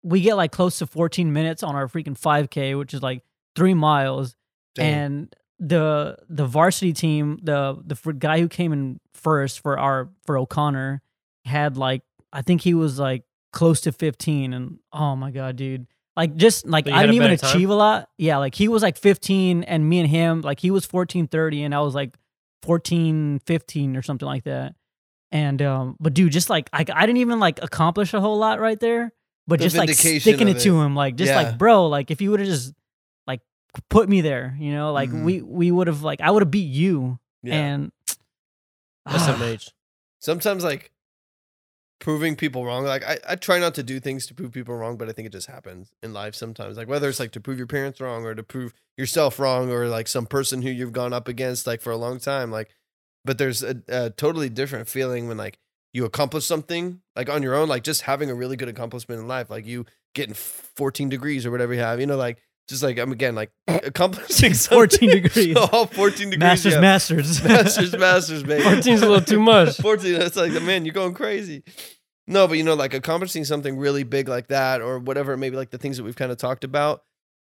Speaker 3: we get like close to 14 minutes on our freaking 5K, which is like three miles.
Speaker 2: Damn.
Speaker 3: And the the varsity team, the the fr- guy who came in first for our for O'Connor had like I think he was like close to 15, and oh my god, dude. Like just like
Speaker 1: But you
Speaker 3: I
Speaker 1: had a
Speaker 3: didn't even
Speaker 1: better time?
Speaker 3: achieve a lot. Yeah, like he was like 15 and me and him like he was 1430 and I was like 14 15 or something like that. And um but dude just like I I didn't even like accomplish a whole lot right there, but
Speaker 2: The
Speaker 3: just like
Speaker 2: vindication
Speaker 3: sticking
Speaker 2: of
Speaker 3: it to
Speaker 2: it.
Speaker 3: him like just
Speaker 2: Yeah.
Speaker 3: like bro, like if you would have just like put me there, you know, like
Speaker 2: Mhm.
Speaker 3: we we would have like I would have beat you
Speaker 2: Yeah.
Speaker 3: and Ah.
Speaker 1: SMH.
Speaker 2: Sometimes like proving people wrong. Like I, I try not to do things to prove people wrong, but I think it just happens in life sometimes. Like whether it's like to prove your parents wrong or to prove yourself wrong or like some person who you've gone up against like for a long time. Like, but there's a, a totally different feeling when like you accomplish something like on your own, like just having a really good accomplishment in life, like you getting 14 degrees or whatever you have, you know, like just like I'm again like accomplishing
Speaker 3: 14
Speaker 2: something.
Speaker 3: degrees.
Speaker 2: all 14 degrees.
Speaker 3: Masters
Speaker 2: yeah.
Speaker 3: Masters.
Speaker 2: masters, masters, mate.
Speaker 1: 14 is a little too much.
Speaker 2: 14 that's like man you're going crazy no but you know like accomplishing something really big like that or whatever maybe like the things that we've kind of talked about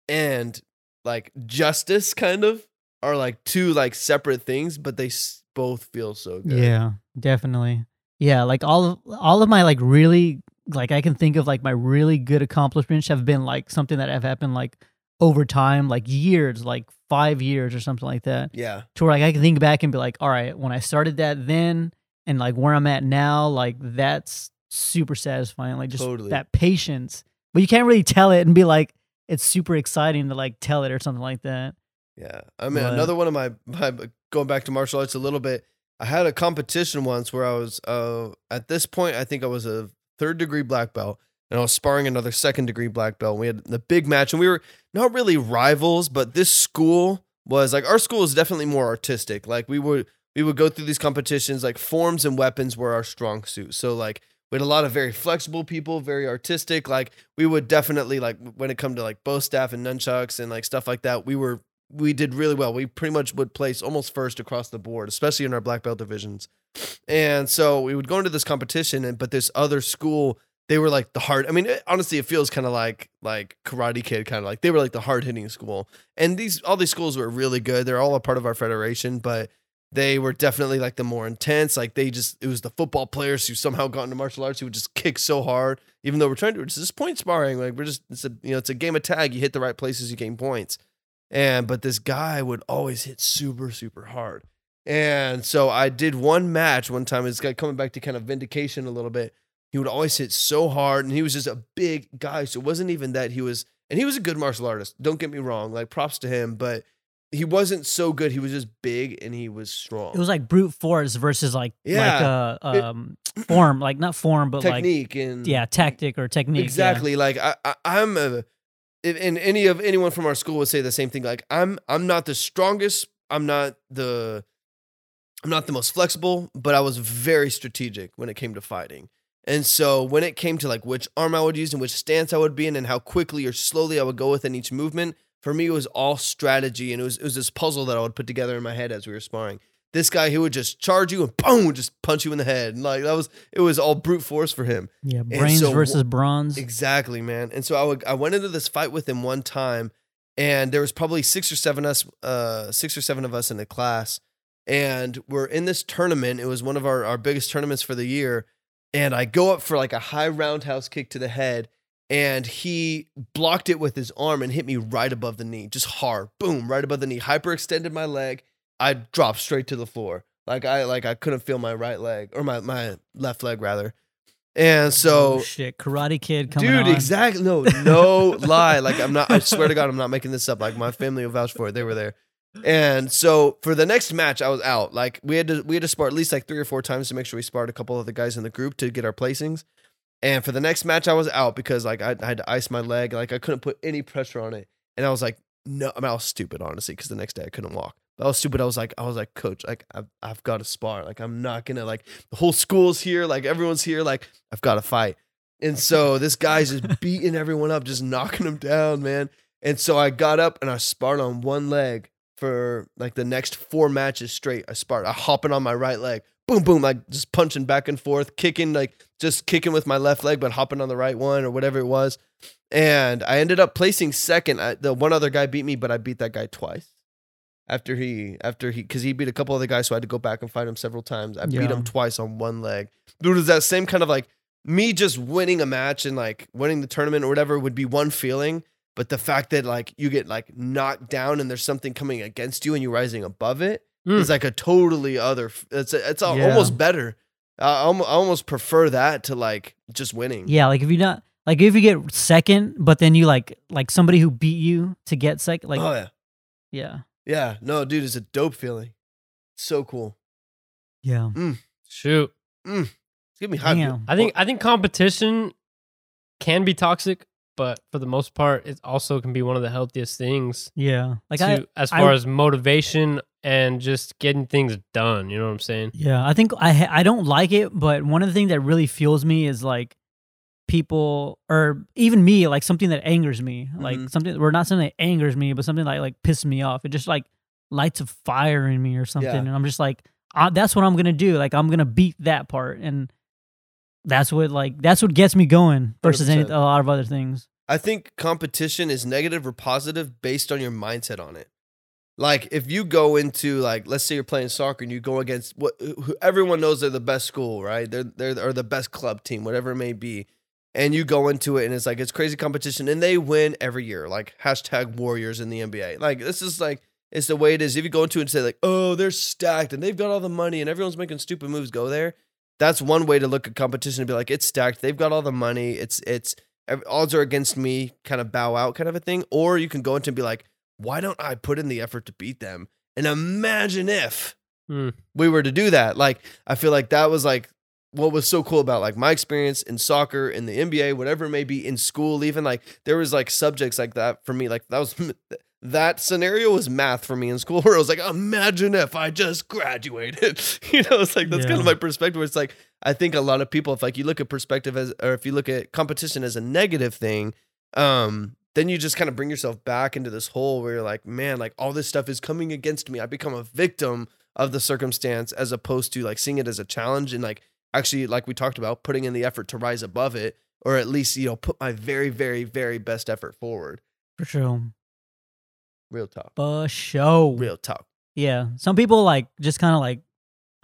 Speaker 2: and like justice kind of are like two like separate things but they s- both feel so good
Speaker 3: Yeah, definitely. Yeah, like all of all of my like really like I can think of like my really good accomplishments have been like something that have happened like over time, like years, like five years or something like that.
Speaker 2: yeah
Speaker 3: To where like I can think back and be like, all right, when I started that then and like where I'm at now, like that's super satisfying. Like just
Speaker 2: Totally.
Speaker 3: that patience. But you can't really tell it and be like, it's super exciting to like tell it or something like that.
Speaker 2: Yeah. I mean,
Speaker 3: But-
Speaker 2: another one of my, my going back to martial arts a little bit. I had a competition once where I was uh, at this point, I think I was a third degree black belt, and I was sparring another second degree black belt. We had the big match, and we were not really rivals, but this school was like our school is definitely more artistic. Like we would we would go through these competitions. Like forms and weapons were our strong suit. So like we had a lot of very flexible people, very artistic. Like we would definitely like when it come to like bow staff and nunchucks and like stuff like that, we were we did really well. We pretty much would place almost first across the board, especially in our black belt divisions. And so we would go into this competition, and but this other school, they were like the hard. I mean, it, honestly, it feels kind of like like Karate Kid, kind of like they were like the hard hitting school. And these all these schools were really good. They're all a part of our federation, but they were definitely like the more intense. Like they just it was the football players who somehow got into martial arts who would just kick so hard, even though we're trying to it's just point sparring. Like we're just it's a you know it's a game of tag. You hit the right places, you gain points. And but this guy would always hit super, super hard. And so I did one match one time. It's got coming back to kind of vindication a little bit. He would always hit so hard, and he was just a big guy. So it wasn't even that he was, and he was a good martial artist. Don't get me wrong, like props to him, but he wasn't so good. He was just big and he was strong.
Speaker 3: It was like brute force versus like
Speaker 2: Yeah,
Speaker 3: like
Speaker 2: it-
Speaker 3: uh, um form, like not form, but like
Speaker 2: technique and
Speaker 3: yeah, tactic or technique. yeah.
Speaker 2: Exactly. Like I, I, I'm a, if- and any of anyone from our school would say the same thing. Like I'm, I'm not the strongest. I'm not the, I'm not the most flexible, but I was very strategic when it came to fighting. And so when it came to like which arm I would use and which stance I would be in and how quickly or slowly I would go within each movement, for me it was all strategy and it was it was this puzzle that I would put together in my head as we were sparring. This guy he would just charge you and boom, just punch you in the head. And like that was it was all brute force for him.
Speaker 3: Yeah, brains
Speaker 2: so-
Speaker 3: versus bronze.
Speaker 2: Exactly, man. And so I would, I went into this fight with him one time, and there was probably six or seven us, uh, six or seven of us in the class, and we're in this tournament. It was one of our our biggest tournaments for the year, and I go up for like a high roundhouse kick to the head, and he blocked it with his arm and hit me right above the knee, just hard, boom, right above the knee. Hyperextended my leg. I dropped straight to the floor. Like I like I couldn't feel my right leg or my my left leg rather. And so
Speaker 3: Oh, shit, Karate Kid coming
Speaker 2: Dude,
Speaker 3: on.
Speaker 2: exactly. No, no lie. Like I'm not. I swear to God, I'm not making this up. Like my family will vouch for it. They were there. And so for the next match, I was out. Like we had to we had to spar at least like three or four times to make sure we sparred a couple of the guys in the group to get our placings. And for the next match, I was out because like I, I had to ice my leg. Like I couldn't put any pressure on it. And I was like, no, I mean I was stupid honestly because the next day I couldn't walk. But I was stupid. I was like, I was like, coach, like I've, I've got to spar. Like I'm not gonna like the whole school's here. Like everyone's here. Like I've got to fight. And so this guy's just beating everyone up, just knocking them down, man. And so I got up and I sparred on one leg for like the next four matches straight. I sparred, I hopping on my right leg, boom, boom, like just punching back and forth, kicking, like just kicking with my left leg, but hopping on the right one or whatever it was. And I ended up placing second. I, the one other guy beat me, but I beat that guy twice. After he, after he, because he beat a couple other guys, so I had to go back and fight him several times. I beat
Speaker 3: Yeah.
Speaker 2: him twice on one leg. Dude, it was that same kind of like me just winning a match and like winning the tournament or whatever would be one feeling but the fact that like you get like knocked down and there's something coming against you and you're rising above it is
Speaker 1: Mm.
Speaker 2: like a totally other f- it's it's al-
Speaker 3: Hmm. Yeah.
Speaker 2: almost better I, almo- I almost prefer that to like just winning
Speaker 3: Yeah, like if you not like if you get second, but then you like like somebody who beat you to get second, like
Speaker 2: oh yeah
Speaker 3: yeah,
Speaker 2: yeah no dude it's a dope feeling so cool
Speaker 3: yeah.
Speaker 1: Shoot.
Speaker 2: it's giving me hype
Speaker 3: Damn.
Speaker 1: I think I think competition can be toxic, but for the most part, it also can be one of the healthiest things
Speaker 3: Yeah, like I
Speaker 1: to, as
Speaker 3: I-
Speaker 1: far as motivation and just getting things done. You know what I'm saying?
Speaker 3: yeah, I think I ha- I don't like it, but one of the things that really fuels me is like people or even me like something that angers me, like
Speaker 2: Mhm.
Speaker 3: something or not something that angers me, but something like like pisses me off. It just like lights a fire in me or something,
Speaker 2: Yeah.
Speaker 3: and I'm just like I, that's what I'm gonna do. Like I'm gonna beat that part, and that's what like that's what gets me going versus any, a
Speaker 2: 100%.
Speaker 3: lot of other things.
Speaker 2: I think competition is negative or positive based on your mindset on it. Like if you go into like let's say you're playing soccer and you go against what who, everyone knows they're the best school, right? They're they're or the best club team, whatever it may be. And you go into it and it's like it's crazy competition and they win every year. Like hashtag warriors in the NBA. Like this is like it's the way it is. If you go into it and say like, oh, they're stacked and they've got all the money and everyone's making stupid moves, go there. That's one way to look at competition and be like, it's stacked. They've got all the money. It's it's ev- odds are against me, kind of bow out kind of a thing. Or you can go into and be like, why don't I put in the effort to beat them? And imagine if
Speaker 1: Hmm.
Speaker 2: we were to do that. Like, I feel like that was like what was so cool about like my experience in soccer, in the NBA, whatever it may be, in school, even like there was like subjects like that for me. Like that was that scenario was math for me in school where I was like, imagine if I just graduated. you know, it's like that's kind of
Speaker 3: Yeah.
Speaker 2: my perspective. Where it's like I think a lot of people, if like you look at perspective as or if you look at competition as a negative thing, um, then you just kind of bring yourself back into this hole where you're like, man, like all this stuff is coming against me. I become a victim of the circumstance as opposed to like seeing it as a challenge and like actually like we talked about putting in the effort to rise above it or at least you know put my very very very best effort forward
Speaker 3: For sure,
Speaker 2: real talk
Speaker 3: for sure.
Speaker 2: real talk
Speaker 3: Yeah. Some people like just kind of like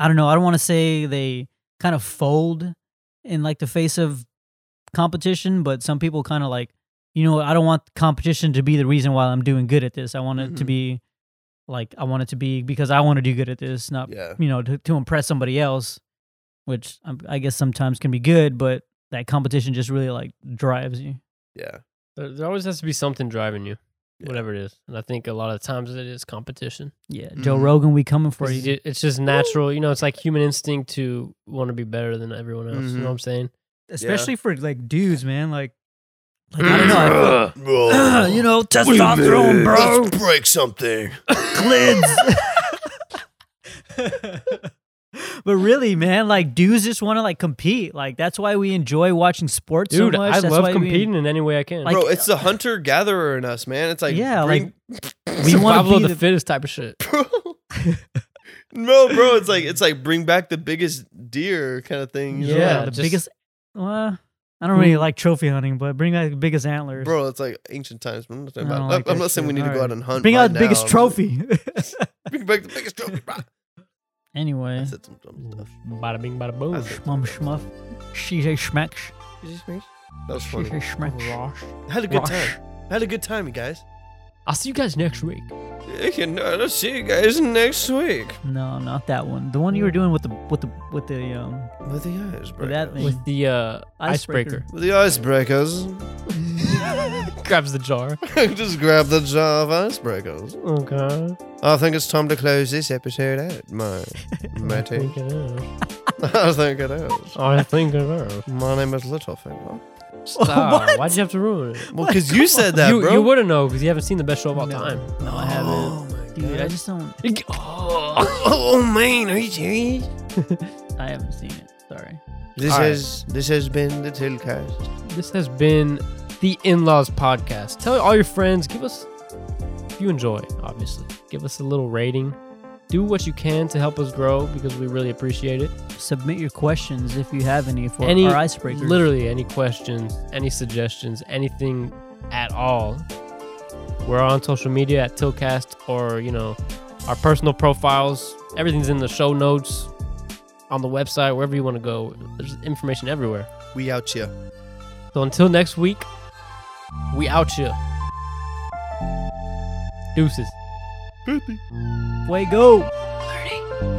Speaker 3: I don't know, I don't want to say they kind of fold in like the face of competition, but some people kind of like, you know, I don't want competition to be the reason why I'm doing good at this. I want it to
Speaker 2: Mhm.
Speaker 3: be like I want it to be because I want to do good at this, not
Speaker 2: yeah
Speaker 3: you know, to, to impress somebody else, which um, I guess sometimes can be good, but that competition just really like drives you.
Speaker 2: yeah
Speaker 1: There, there always has to be something driving you,
Speaker 2: Yeah.
Speaker 1: whatever it is. And I think a lot of times it is competition.
Speaker 3: Yeah, Joe
Speaker 2: Mhm.
Speaker 3: Rogan, we coming for
Speaker 1: It's
Speaker 3: you.
Speaker 1: ju- it's just natural. You know, it's like human instinct to want to be better than everyone else. You
Speaker 2: Mhm.
Speaker 1: know what I'm saying?
Speaker 3: Especially for like dudes, man, like like I don't know. I feel- you know,
Speaker 2: Wait a
Speaker 3: testosterone,
Speaker 2: minute.
Speaker 3: bro.
Speaker 2: Let's break something.
Speaker 3: Glids. But really, man, like dudes just want to like compete. Like that's why we enjoy watching sports
Speaker 1: Dude,
Speaker 3: so much.
Speaker 1: I
Speaker 3: That's why
Speaker 1: love
Speaker 3: we-
Speaker 1: competing in any way I can.
Speaker 3: Like-
Speaker 2: Bro, it's the hunter gatherer in us, man. It's like
Speaker 3: Yeah,
Speaker 2: bring-
Speaker 3: We, want
Speaker 1: Pablo
Speaker 3: to
Speaker 1: the,
Speaker 3: be the,
Speaker 1: fittest type of shit.
Speaker 2: bro. no, bro, it's like it's like bring back the biggest deer kind of thing. you know?
Speaker 1: Yeah,
Speaker 3: yeah, the
Speaker 1: just- Hmm.
Speaker 3: biggest. Well, I don't really like trophy hunting, but bring out the biggest antlers.
Speaker 2: Bro, it's like ancient times. I'm not, talking
Speaker 3: I don't
Speaker 2: about,
Speaker 3: like
Speaker 2: I'm
Speaker 3: that
Speaker 2: not saying we
Speaker 3: shit.
Speaker 2: need to go
Speaker 3: Alright.
Speaker 2: out and hunt.
Speaker 3: bring
Speaker 2: right
Speaker 3: out the biggest
Speaker 2: now.
Speaker 3: trophy.
Speaker 2: Bring back the biggest trophy. bro. I
Speaker 3: anyway,
Speaker 2: said some dumb stuff.
Speaker 1: Bada bing, bada boom.
Speaker 2: I said
Speaker 3: mom schmuff, she's a schmecksh.
Speaker 2: That was
Speaker 3: She's a
Speaker 2: funny.
Speaker 3: schmecksh.
Speaker 2: I had a good
Speaker 3: Rosh.
Speaker 2: time. I had a good time, you guys.
Speaker 1: I'll see you guys next week.
Speaker 2: I'll see you guys next week.
Speaker 3: No, not that one. The one you were doing with the with the with the um
Speaker 2: With the eyes,
Speaker 3: with that thing.
Speaker 1: With the uh, icebreaker.
Speaker 3: Icebreaker.
Speaker 2: With the icebreakers.
Speaker 1: Grabs the jar.
Speaker 2: Just grab the jar of icebreakers.
Speaker 1: Okay.
Speaker 2: I think it's time to close this episode out, my matey.
Speaker 1: Think it is.
Speaker 2: I think it is.
Speaker 1: I think it is.
Speaker 2: My name is Littlefinger.
Speaker 1: Stop. Why'd you have to ruin it?
Speaker 2: Well, because you said that,
Speaker 1: you
Speaker 2: bro.
Speaker 1: you wouldn't know because you haven't seen the best show of all
Speaker 3: No.
Speaker 1: time.
Speaker 3: No, I haven't.
Speaker 2: Oh my
Speaker 3: Dude, I
Speaker 2: God.
Speaker 3: just don't.
Speaker 1: Oh.
Speaker 2: Oh man, are you serious?
Speaker 3: I haven't seen it. Sorry.
Speaker 2: This
Speaker 1: All right.
Speaker 2: has this has been the Tilcast.
Speaker 1: This has been the In Laws Podcast. Tell all your friends, give us, if you enjoy, obviously, give us a little rating. Do what you can to help us grow because we really appreciate it.
Speaker 3: Submit your questions if you have any for
Speaker 1: any
Speaker 3: our icebreakers.
Speaker 1: Literally any questions, any suggestions, anything at all. We're on social media at Tilcast or, you know, our personal profiles. Everything's in the show notes, on the website, wherever you want to go. There's information everywhere.
Speaker 2: We out here.
Speaker 1: So until next week, we out ya. Deuces.
Speaker 3: Way go.